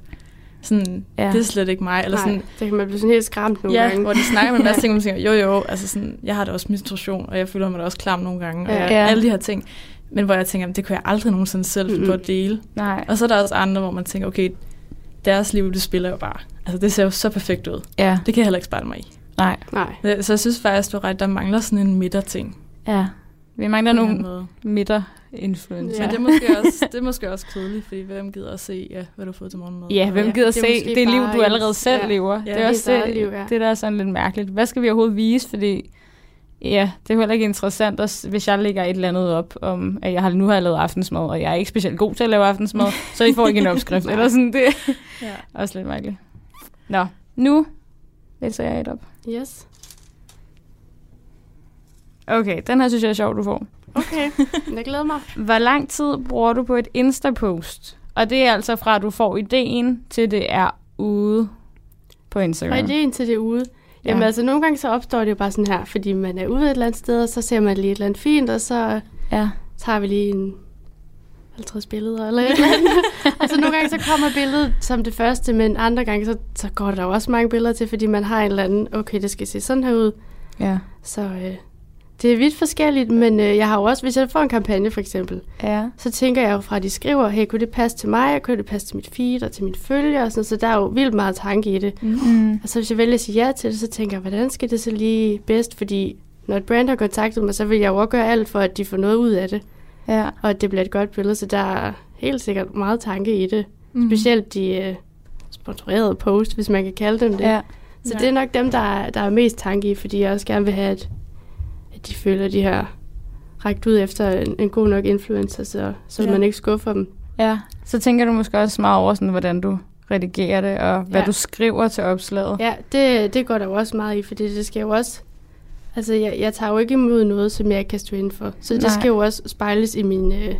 sådan,
Ja.
ja. det er slet ikke mig. Eller
Eller sådan,
sådan,
Nej, det kan man blive sådan helt skræmt nogle
ja,
gange.
hvor de snakker med en masse ting, og man tænker, jo jo, altså sådan, jeg har da også menstruation, og jeg føler mig da også klam nogle gange, og
Ja.
jeg,
Ja.
alle de her ting. Men hvor jeg tænker, "Jamen, det kunne jeg aldrig nogensinde selv finde på
Mm-mm.
at dele.
nej.
Og så er der også andre, hvor man tænker, okay, deres liv, det spiller jo bare. Altså, det ser jo så perfekt ud.
Ja,
Det kan jeg heller ikke spejle mig i.
nej.
Nej.
Så jeg synes faktisk, du har ret, der mangler sådan en midterting. på
Ja. Vi mangler
en eller anden
nogle
måde.
midter-influencer.
Ja.
Ja. Men det er, måske også, det er måske også kedeligt, fordi hvem gider at se, ja, hvad du har fået til morgenmad?
Ja, hvem
Ja,
gider
det er
se
måske
det liv,
bare
du
ens-
allerede selv
ja.
lever?
Ja,
det er også
ens
det,
eget liv, ja.
det, der er sådan lidt mærkeligt. Hvad skal vi overhovedet vise? Fordi ja, det er jo heller ikke interessant, at s- hvis jeg lægger et eller andet op, om at jeg har, nu har jeg lavet aftensmad, og jeg er ikke specielt god til at lave aftensmad, så I får ikke en opskrift. eller sådan, det er
Ja.
også lidt mærkeligt. Nå, nu læser jeg et op.
Yes.
Okay, den her synes jeg er sjov, du får.
Okay. Men Jeg glæder mig.
Hvor lang tid bruger du på et Insta-post? Og det er altså fra, at du får ideen, til det er ude på Instagram.
Og ideen til det er ude. Jamen
Ja.
altså, nogle gange så opstår det jo bare sådan her, fordi man er ude et eller andet sted, og så ser man lige et eller andet fint, og så
Ja.
tager vi lige en 50 billeder eller et eller andet. og så nogle gange så kommer billedet som det første, men andre gange så, så går der jo også mange billeder til, fordi man har en eller anden, okay, det skal se sådan her ud.
Ja.
Så øh, det er vidt forskelligt, men øh, jeg har jo også, hvis jeg får en kampagne for eksempel,
Ja.
så tænker jeg jo fra, at de skriver, hey, kunne det passe til mig, og kunne det passe til mit feed og til mine følgere, og sådan, så der er jo vildt meget tanke i det.
Mm.
Og så hvis jeg vælger at sige ja til det, så tænker jeg, hvordan skal det så lige bedst? Fordi når et brand har kontaktet mig, så vil jeg jo også gøre alt for, at de får noget ud af det.
Ja.
Og at det bliver et godt billede, så der er helt sikkert meget tanke i det.
Mm.
Specielt de øh, sponsorerede post, hvis man kan kalde dem det.
ja.
Så
Ja.
det er nok dem, der er, der er mest tanke i, fordi jeg også gerne vil have, at, at de føler, at de har rækt ud efter en, en god nok influencer, så, så
Ja.
man ikke skuffer dem.
Ja. Så tænker du måske også meget over, sådan, hvordan du redigerer det, og hvad
Ja.
du skriver til opslaget.
Ja, det, det går der jo også meget i, fordi det skal jo også... Altså, jeg, jeg tager jo ikke imod noget, som jeg ikke kan stå inden for. Så det
Nej.
Nej. skal jo også spejles i min, øh,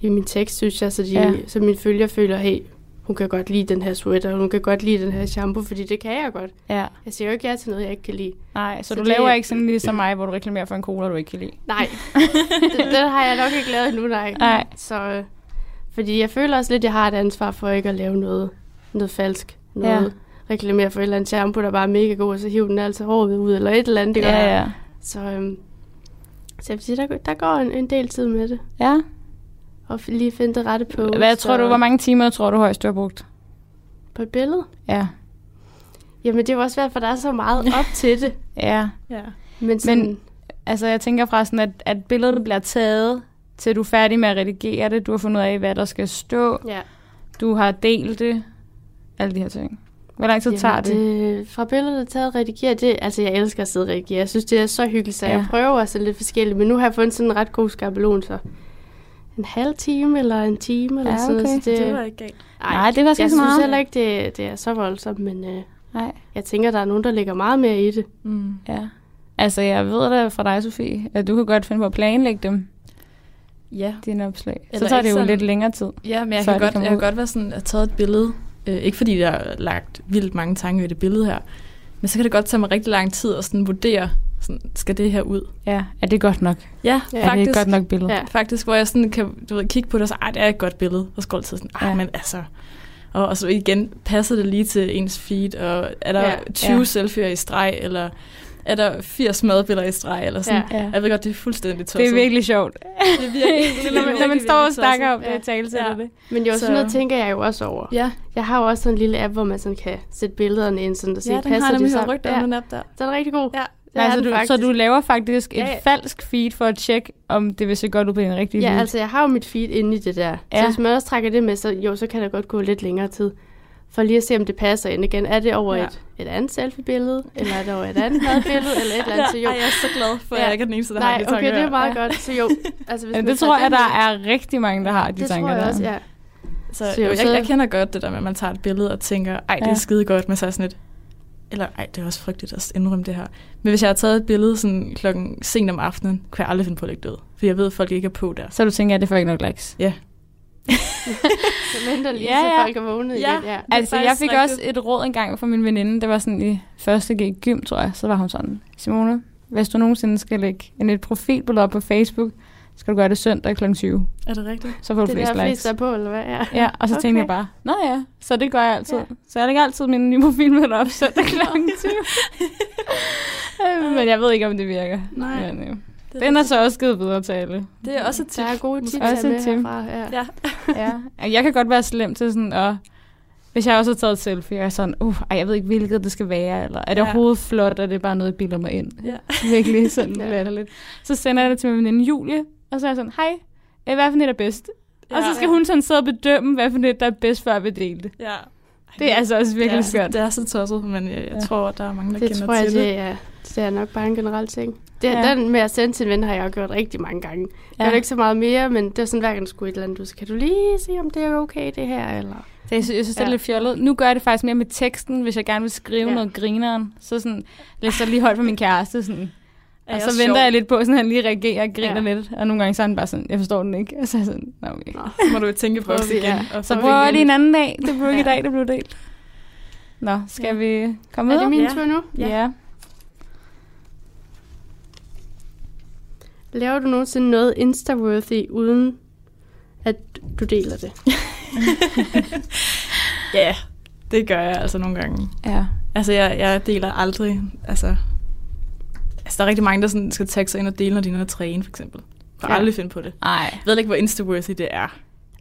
i min tekst, synes jeg, så, de,
Ja.
ja. så mine følger føler, hey, hun kan godt lide den her sweater, hun kan godt lide den her shampoo, fordi det kan jeg godt.
ja.
Jeg siger jo ikke ja til noget, jeg ikke kan lide.
Nej, så, så
Så
du
det-
laver ikke sådan lige som mig, hvor du reklamerer for en cola, du ikke kan lide.
Nej, den, den har jeg nok ikke lavet endnu, nej.
Nej.
Så, øh, fordi jeg føler også lidt, jeg har et ansvar for ikke at lave noget, noget falsk. Noget ja. reklamere for et eller andet shampoo, der bare er mega god, og så hive den altså håret ud, eller et eller andet. Det gør jeg.
ja, ja.
Så, øhm, så jeg vil sige, der, der går en, en del tid med det.
ja.
Og f- lige finde det rette på.
Hvad tror du, hvor mange timer tror du højst, du har brugt?
På et billede?
Ja.
Jamen, det er jo også svært, for der er så meget op til det.
Ja.
Ja.
Men, sådan, Men
Altså, jeg tænker fra sådan, at, at billedet bliver taget, til du er færdig med at redigere det, du har fundet ud af, hvad der skal stå,
ja.
du har delt det, alle de her ting. Hvor lang tid tager det?
det? Fra billedet taget at redigere det. Altså, jeg elsker at sidde og redigere. Jeg synes, det er så hyggeligt, så
Ja.
ja. jeg prøver også lidt forskelligt. Men nu har jeg fundet sådan en ret god skabelon, så en halv time eller en time eller
Ja,
sådan
okay.
noget. Så
Det var ikke galt.
ej,
Nej, det var sgu
jeg
ikke så
synes
meget.
heller ikke, det, det er så voldsomt, men øh,
Nej.
jeg tænker, der er nogen, der lægger meget mere i det.
Mm.
Ja. Altså, jeg ved da fra dig, Sofie, at du kan godt finde på at planlægge dem,
Ja.
dine opslag. Eller så
Eller
tager
ikke
det jo sådan...
sådan-
lidt længere tid.
Ja, men jeg
Så er
kan,
det
godt,
kommet
jeg kan
ud.
godt være sådan, at taget et billede. Øh, ikke fordi der er lagt vildt mange tanker i det billede her, men så kan det godt tage mig rigtig lang tid at sådan vurdere, sådan, skal det her ud?
Ja, er det godt nok?
Ja,
Ja.
Er det
faktisk.
et godt nok billede?
Ja.
Faktisk, hvor jeg sådan kan du ved, kigge på det, og så, ej, det er et godt billede. Og så går det altid sådan, ej,
Ja.
ja. men altså... Og, og så igen, passer det lige til ens feed? Og er der
Ja.
ja. 20
Ja.
ja. selfies i streg? Eller er der 80 madbilleder i streg? Eller sådan.
Ja.
Ja. Jeg ved godt, det er fuldstændig tosset.
Det er virkelig sjovt.
Det er virkelig, det er
når, man, når man
virkelig,
står og
virkelig
snakker
tosset.
om det,
Ja.
tale til
Ja.
det.
Men jo, så...
Så-
sådan noget tænker jeg jo også over.
Ja,
Jeg har jo også sådan en lille app, hvor man sådan kan sætte billederne ind, sådan og sige,
ja den har
passer de
nemlig hørt
sammen?
rygter
ja,
om den app der.
den er rigtig god.
Ja.
Det
Nej,
er
så,
den
du, så
faktisk.
du laver faktisk et
Ja, ja.
falsk feed for at tjekke, om det vil se godt ud på din rigtige
Ja,
feed.
altså jeg har jo mit feed inde i det der.
Ja.
Så hvis man også trækker det med, så jo, så kan der godt gå lidt længere tid. For lige at se, om det passer ind igen. Er det over
Ja.
ja. et, et andet selfie-billede? Eller er det over et andet madbillede? Eller et eller andet? Så jo.
Ej, jeg er så glad for, at
Ja.
jeg ikke er den eneste, der har
Nej,
de
okay,
tanker
det er
her.
meget
Ja.
ja. godt. Så jo, altså hvis
Ja,
man
det
tager
tror jeg,
den
der
med-
er rigtig mange, der har de
det
tanker
tror jeg
der.
også, ja.
Så,
Så
jo, jeg,
så-
jeg kender godt det der med, at man tager et billede og tænker, ej, det er
Ja.
skide godt, men så er jeg sådan lidt, eller ej, det er også frygteligt at indrømme det her. Men hvis jeg har taget et billede sådan klokken sent om aftenen, kunne jeg aldrig finde på at lægge det ud. For jeg ved, at folk ikke er på der.
Så du tænker, at det får ikke nok likes.
Ja.
Så venter lige,
Ja,
ja,
ja.
ja. så folk er vågnet
Ja.
igen. Ja.
er
Altså, jeg
faktisk
fik
rigtigt.
også et råd engang fra min veninde. Det var sådan i første G gym, tror jeg. Så var hun sådan, Simone, hvis du nogensinde skal lægge en et profilbillede op på Facebook, skal du gøre det søndag kl. 20.
Er det rigtigt?
Så får du
Det er
flest
der
likes.
flest er på, eller hvad? Ja.
Ja, og så okay. tænkte
Okay.
jeg bare, nå ja, så det gør jeg altid. Ja.
Ja.
Så jeg lægger altid min nye profilbilleder op søndag kl. 20. Øh, Men jeg ved ikke, om det virker.
Nej.
Men, øh, den er så også givet videre til alle.
det er også et tip.
Der er gode tips
Også
her med
et tip.
herfra. Ja.
Ja.
Ja. Jeg kan godt være slem til sådan, og hvis jeg også har taget et selfie, og jeg er sådan, uh, ej, jeg ved ikke, hvilket det skal være, eller er det
Ja.
ja. overhovedet flot, og det er bare noget, jeg bilder mig ind.
Ja.
Virkelig sådan
Ja.
ja. lidt. Så sender jeg det til min veninde Julie, og så er jeg sådan, hej, øh, hvad for net er bedst? Ja. Og så skal hun sådan sidde og bedømme, hvad for net der er bedst, før vi deler det.
Ja.
Det er altså også
det er,
virkelig
så-
skørt.
Det er så tosset, men jeg, jeg
Ja.
tror, der er mange, der
Det
kender
tror jeg,
til
det er, det er nok bare en generel ting. Det,
Ja.
ja. Den med at sende til en ven har jeg jo gjort rigtig mange gange. Ja. Jeg
Ja.
er ikke så meget mere, men det er sådan, hver gang du skulle et eller andet, du skal du lige se, om det er okay, det her, eller...
Det, jeg synes, jeg synes, det er
Ja.
lidt fjollet. Nu gør jeg det faktisk mere med teksten, hvis jeg gerne vil skrive ja.
Ja.
noget grineren. Så sådan, læser lige højt for min kæreste. Sådan.
Er
Og
jeg
så venter
sjov?
jeg lidt på, sådan han lige reagerer og griner ja.
Ja.
lidt. Og nogle gange så er han bare sådan, jeg forstår den ikke. Og så er jeg sådan, nej, okay.
Nå.
Så må du jo tænke på
Prøver vi,
igen.
ja.
og
Så
få
prøver jeg
igen.
lige en anden dag. Det blev ikke i
Ja.
dag, det blev delt. Nå, skal
Ja.
vi komme
Er
videre?
det min
Ja.
tur nu?
Ja. ja.
Laver du nogensinde noget Insta-worthy, uden at du deler det?
Ja, det gør jeg altså nogle gange.
ja.
Altså, jeg, jeg deler aldrig, altså... Altså, der er rigtig mange, der sådan skal tagge sig ind og dele, når de er nede at træne, for eksempel. Jeg kan
Ja.
aldrig finde på det.
Ej.
Jeg ved ikke, hvor insta-worthy det er.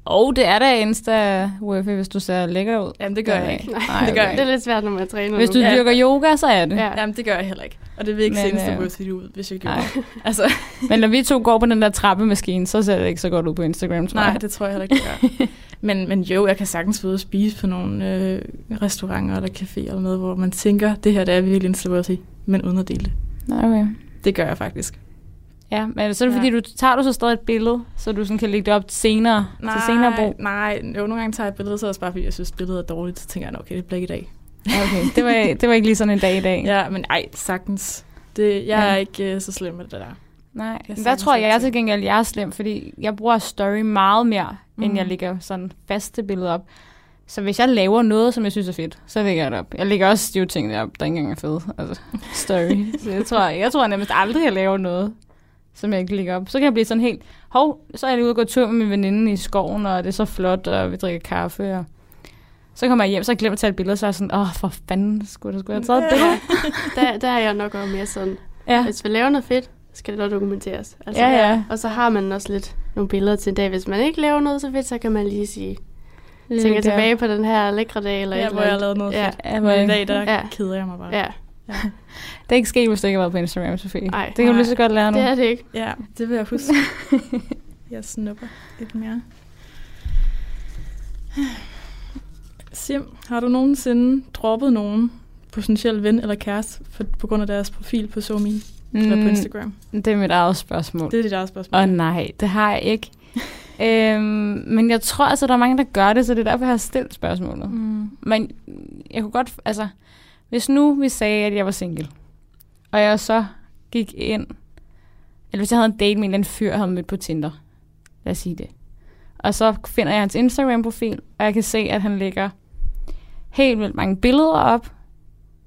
Og det er da Insta-worthy, hvis du ser lækker ud.
Jamen, det gør jeg ikke.
Nej,
Nej,
det gør jeg
okay.
Det er lidt svært, når man træner
Hvis du
nu.
Ja.
dyrker yoga, så er det.
Ja.
Jamen, det gør jeg heller ikke. Og det vil ikke
Men,
se
øh,
insta-worthy ud, hvis jeg gjorde
Nej.
det. Altså,
Men når vi to går på den der trappemaskine, så ser det ikke så godt ud på Instagram, tror
nej,
jeg.
det tror jeg heller ikke, det gør. Men, men jo, jeg kan sagtens være ude og spise på nogle øh, restauranter eller caféer eller noget, hvor man tænker, det her det er virkelig insta-worthy, men uden at dele det.
Nej, okay.
Det gør jeg faktisk.
Ja, men så er det
Ja.
fordi, du tager du så stadig et billede, så du sådan kan lægge det op senere, til senere brug.
Nej, jo, nogle gange tager jeg billeder, så er det også bare fordi, jeg synes, billedet er dårligt, så tænker jeg, "Nå, okay, det bliver ikke i dag.
Ja, Okay, det var, det var ikke lige sådan en dag i dag.
Ja, men ej, sagtens. Det, jeg
Ja.
er ikke øh, så slem med det der.
Nej,
Jeg
der tror jeg, jeg er
sagtens
til gengæld jeg er slem, fordi jeg bruger story meget mere, mm. end
Mm.
jeg lægger sådan faste billeder op. Så hvis jeg laver noget, som jeg synes er fedt, så lægger jeg det op. Jeg lægger også stive ting derop, der ikke engang er fede. Altså, story. så jeg tror, jeg tror nærmest aldrig, jeg laver noget, som jeg ikke lægger op. Så kan jeg blive sådan helt, hov, så er jeg lige ude og gå tur med min veninde i skoven, og det er så flot, og vi drikker kaffe, og så kommer jeg hjem, så har jeg glemt at tage et billede, så er jeg sådan, åh, oh, for fanden, skulle, skulle jeg have taget et billede?
Der, der er jeg nok også mere sådan,
Ja,
hvis vi laver noget fedt, skal det også dokumenteres. Altså,
ja, ja.
Og så har man også lidt nogle billeder til en dag. Hvis man ikke laver noget så fedt, så kan man lige sige,
Lidt
tænker
der.
tilbage på den her lækre dag, eller
Ja,
et
hvor
eller
jeg
andet.
lavede noget
Ja.
fedt.
Ja,
Men i
men-
dag, der
Ja.
keder jeg mig bare.
Ja,
Det er ikke sket, hvis du ikke har været på Instagram, Sofie.
Ej,
det kan du
nej.
lige så godt lære nu.
det er det ikke.
ja, det vil jeg huske. jeg snupper lidt mere. Sim, har du nogensinde droppet nogen potentiel ven eller kæreste for, på grund af deres profil på SoMe mm. eller på Instagram?
det er mit eget spørgsmål.
Det er dit eget spørgsmål.
Åh oh, nej, det har jeg ikke. øhm, men jeg tror altså, der er mange, der gør det, så det er derfor, jeg har stillet spørgsmålet. Mm.
Mm.
Men jeg kunne godt, altså, hvis nu vi sagde, at jeg var single, og jeg så gik ind, eller hvis jeg havde en date med en eller anden fyr, jeg havde mødt på Tinder, lad os sige det, og så finder jeg hans Instagram-profil, og jeg kan se, at han lægger helt vildt mange billeder op,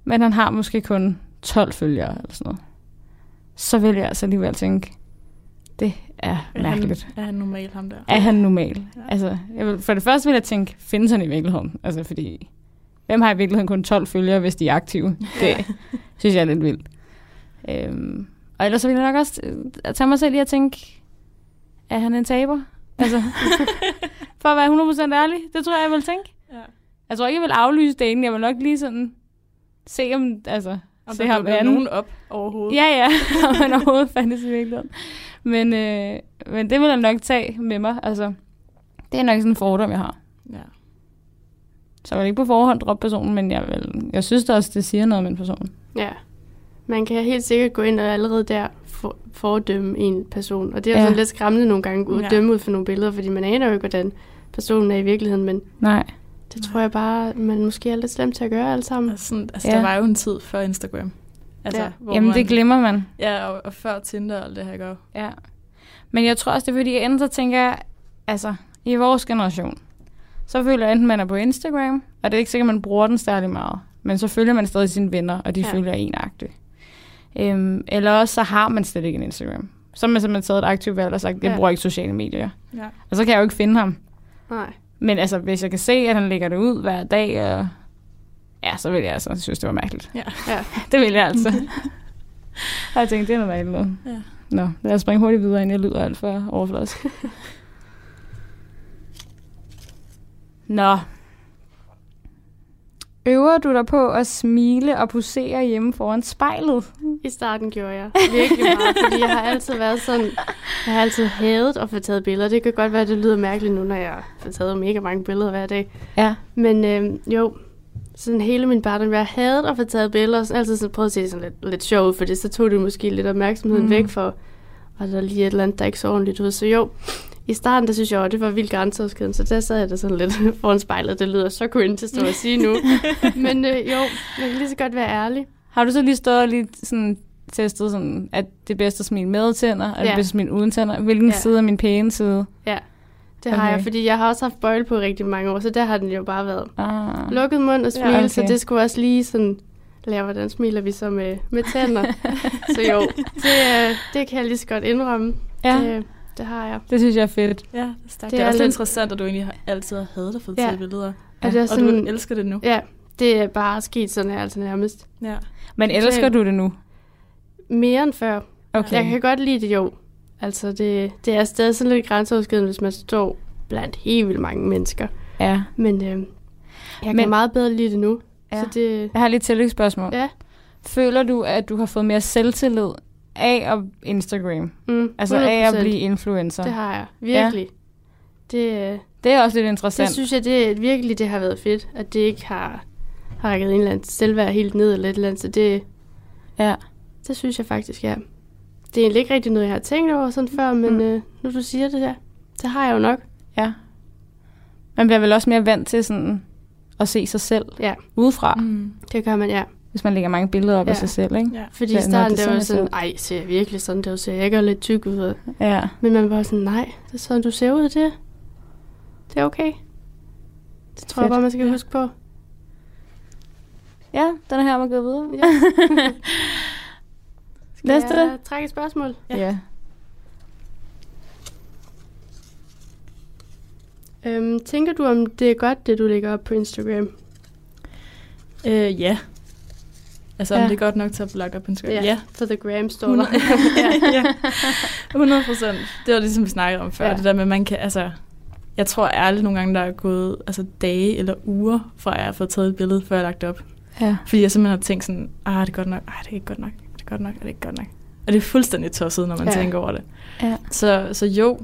men han har måske kun 12 følgere eller sådan noget. Så vil jeg altså alligevel tænke, det er
Er
mærkeligt.
Han, er han normal, ham der?
Er han normal? Ja.
Ja.
Altså, jeg vil, for det første vil jeg tænke, findes han i virkeligheden? Altså, fordi, hvem har i virkeligheden kun 12 følgere, hvis de er aktive? Det synes jeg er lidt vildt. Øhm, og ellers så vil jeg nok også øh, tage mig selv i at tænke, er han en taber? Altså, for at være 100% ærlig, det tror jeg, jeg vil tænke.
Ja.
Jeg tror ikke, jeg vil aflyse det inden. Jeg vil nok lige sådan se, om, altså,
Om
se
der
ham
dukker
anden.
nogen op overhovedet.
Ja, ja, om han overhovedet fandtes i virkeligheden. Men, øh, men det vil jeg nok tage med mig. Altså, det er nok sådan en fordom, jeg har.
ja.
Så jeg vil ikke på forhånd droppe personen, men jeg, vil, jeg synes da også, det siger noget om en person.
Ja. Man kan helt sikkert gå ind og allerede der for, fordømme en person. Og det er jo
Ja.
ja. sådan lidt skræmmende nogle gange at
Ja.
dømme ud for nogle billeder, fordi man aner jo ikke, hvordan personen er i virkeligheden. Men
Nej.
det tror jeg bare, man måske er lidt slemt til at gøre alt sammen.
Altså, sådan, altså
Ja.
ja. der var jo en tid før Instagram. Altså,
Mm. Ja.
hvor
Jamen,
man,
det glemmer man.
Ja, og, og før Tinder og alt det her går.
Ja. Men jeg tror også, det er fordi, enten så tænker jeg, altså, i vores generation, så føler jeg enten, man er på Instagram, og det er ikke sikkert, man bruger den særlig meget, men så følger man stadig sine venner, og de ja.
Ja.
følger en agtigt. Øhm, eller også så har man slet ikke en Instagram. Så har man simpelthen taget et aktivt valg og sagt, jeg
Ja.
bruger ikke sociale medier.
Ja.
Og så kan jeg jo ikke finde ham.
Nej.
Men altså, hvis jeg kan se, at han lægger det ud hver dag, og ja, så vil jeg altså synes, det var mærkeligt.
Ja.
Ja.
det vil jeg altså. og jeg tænkte, det er noget mærkeligt noget.
Ja.
Nå, lad os springe hurtigt videre, inden jeg lyder alt for overfladisk. Nå. Øver du dig på at smile og posere hjemme foran spejlet?
I starten gjorde jeg virkelig meget, fordi jeg har altid været sådan, jeg har altid hadet at få taget billeder. Det kan godt være, at det lyder mærkeligt nu, når jeg får taget mega mange billeder hver dag.
Ja.
Men øh, jo, sådan hele min barndom, jeg havde at få taget billeder, og sådan altid sådan prøvet at se det sådan lidt, lidt sjovt, for det, så tog det måske lidt opmærksomheden
Mm.
mm. væk for, var der lige et eller andet, der ikke så ordentligt ud. Så jo, i starten, der synes jeg, at det var vildt grænseoverskridende, så der sad jeg der sådan lidt foran spejlet, det lyder så cringe at stå og sige nu. Men øh, jo, jeg kan lige så godt være ærlig.
Har du så lige stået og lige sådan testet, sådan, at det er bedst at smile med tænder, og ja. det
Ja.
bedste at smile uden tænder? Hvilken ja.
Ja.
side er min pæne side?
Det har
Okay.
jeg, fordi jeg har også haft bøjle på rigtig mange år, så der har den jo bare været
Ah.
lukket mund og smil,
Ja,
ja,
okay.
okay. så det skulle også lige sådan lære, hvordan smiler vi så med, med tænder. så jo, det, øh, det kan jeg lige så godt indrømme.
Ja, det,
Det, det har jeg.
det synes jeg er fedt.
Ja, det, stak.
Det
det er
er
også
lidt-
interessant, at du egentlig har altid har hadet at få
Ja.
taget billeder.
Og det er
Og du
sådan,
elsker det nu.
ja, det er bare sket sådan her, altså nærmest.
Ja.
Men elsker du det nu?
Mere end før.
Okay.
Jeg kan godt lide det jo. Altså, det, det er stadig sådan lidt grænseoverskridende, hvis man står blandt helt vildt mange mennesker.
Ja.
Men øh, jeg
Men-
kan meget bedre lide det nu.
Ja.
Så det,
Jeg har lige et tillægsspørgsmål.
Ja.
Føler du, at du har fået mere selvtillid af at Instagram?
mm,
Altså
100%,
af at blive influencer?
Det har jeg. Virkelig. Det, øh,
Det er også lidt
Så
interessant.
synes jeg det, virkelig, det har været fedt, at det ikke har, har rækket en eller anden selvværd helt ned eller et eller andet. Så det,
Ja.
det synes jeg faktisk, ja. Det er egentlig ikke rigtig noget, jeg har tænkt over sådan før, men
Mm.
mm. øh, nu du siger det der, det har jeg jo nok.
Ja. Man bliver vel også mere vant til sådan at se sig selv
Ja.
udefra,
Mm.
Det gør man, ja.
hvis man lægger mange billeder op af
Ja.
sig selv, ikke?
ja.
Fordi
Ja,
i
nå,
starten,
det er
det, var
sådan,
sådan,
jeg
ej, ser jeg virkelig sådan, det ser jeg ikke lidt tyk ud. og-"
Ja.
Men man var sådan, nej, det er sådan, du ser ud, det, det er okay. Det tror
Fedt.
jeg bare, man skal huske på.
Ja, den her må gå videre.
Ja. Skal
Næste.
jeg trække et spørgsmål?
Ja.
ja.
Øhm, tænker du, om det er godt, det du lægger op på Instagram?
Øh, ja. Altså,
Ja.
om det er godt nok til at blive lagt op på Instagram.
Ja,
Ja.
for The Gram står der.
100, ja. 100 procent. Det var det, som vi snakkede om før.
Ja.
Ja. Det der med, at man kan, altså... Jeg tror ærligt nogle gange, der er gået altså, dage eller uger, fra jeg har fået taget et billede, før jeg har lagt det op.
ja.
Fordi jeg simpelthen har tænkt sådan, ah, er det godt nok? Ej, det er ikke godt nok. Er det godt nok? Er det ikke godt nok? Og det er fuldstændig tosset, når man
Ja.
ja. tænker over det.
Ja.
Så, så jo,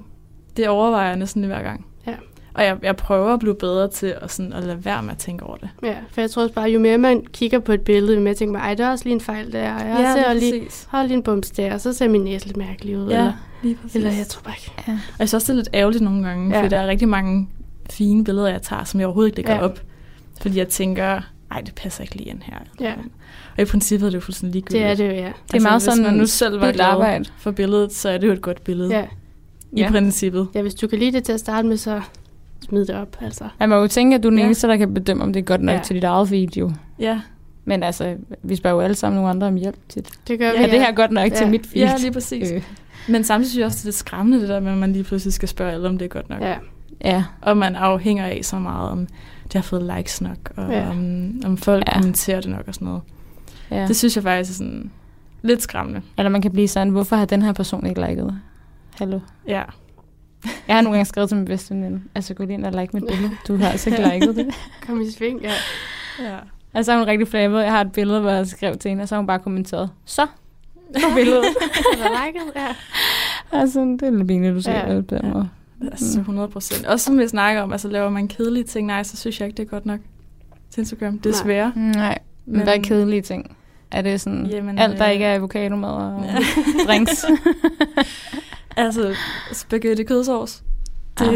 det overvejer jeg næsten lige hver gang.
Ja.
Og jeg, jeg prøver at blive bedre til at, sådan, at lade være med at tænke over det.
ja, for jeg tror også bare, jo mere man kigger på et billede, jo mere tænker man, ej, der er også lige en fejl der, og jeg ja, ser lige,
præcis.
har lige en bums der, og så ser min næse lidt mærkelig ud.
Ja,
Eller,
lige præcis.
eller jeg tror bare ikke.
Og jeg synes også, det er lidt ærgerligt nogle gange,
Ja.
ja. fordi der er rigtig mange fine billeder, jeg tager, som jeg overhovedet ikke lægger
Ja.
ja. op. Fordi jeg tænker, nej, det passer ikke lige ind her.
Ja.
Og i princippet er det jo fuldstændig
Det
ligegyldigt. Altså,
er det jo, ja.
Det er meget sådan
hvis man nu selv var
Dit
glad
arbejde.
for billedet, så er det jo et godt billede.
ja.
I
Ja.
princippet.
Ja, hvis du kan lide det til at starte med, så smid det op, altså.
Man må jo tænke, at du er den
Ja.
eneste, der kan bedømme, om det er godt nok ja.
Ja.
til dit eget video.
Ja,
Men altså, vi spørger jo alle sammen nogle andre om hjælp til det.
Det gør
Ja,
vi,
er det her godt nok ja.
Ja.
til mit feed?
ja lige præcis.
Øh,
Men samtidig synes jeg også, det er lidt skræmmende, det der med, at man lige pludselig skal spørge alle, om det er godt nok.
Ja,
ja.
Og man afhænger af så meget, om det har fået likes nok, og
Ja.
ja. om, om folk
Ja.
ja. kommenterer det nok og sådan noget.
ja.
Ja. Det synes jeg faktisk er sådan lidt skræmmende.
Eller man kan blive sådan, hvorfor har den her person ikke liket? Hallo.
Ja.
Jeg har nogle gange skrevet til min bedste veninde, altså gå lige ind og like mit billede. Du har altså ikke
Ja.
liket det.
kom i sving, ja.
ja.
Og så er hun rigtig flabet. Jeg har et billede, hvor jeg skrev til hende, og så har hun bare kommenteret. Så, på billedet.
Eller liket, ja.
altså, det er lidt pinligt, du ser
Ja.
det på den
Ja.
måde.
Altså 100 procent. Også som vi snakker om, altså laver man kedelige ting, nej, så synes jeg ikke, det er godt nok til Instagram. Desværre.
Nej, men
Men-
hvad er kedelige ting? Er det sådan Jamen,
Jamen,
alt, der
øh,
ikke er avocadomad og
Ja.
drinks?
Altså, spaghetti kødsovs, det,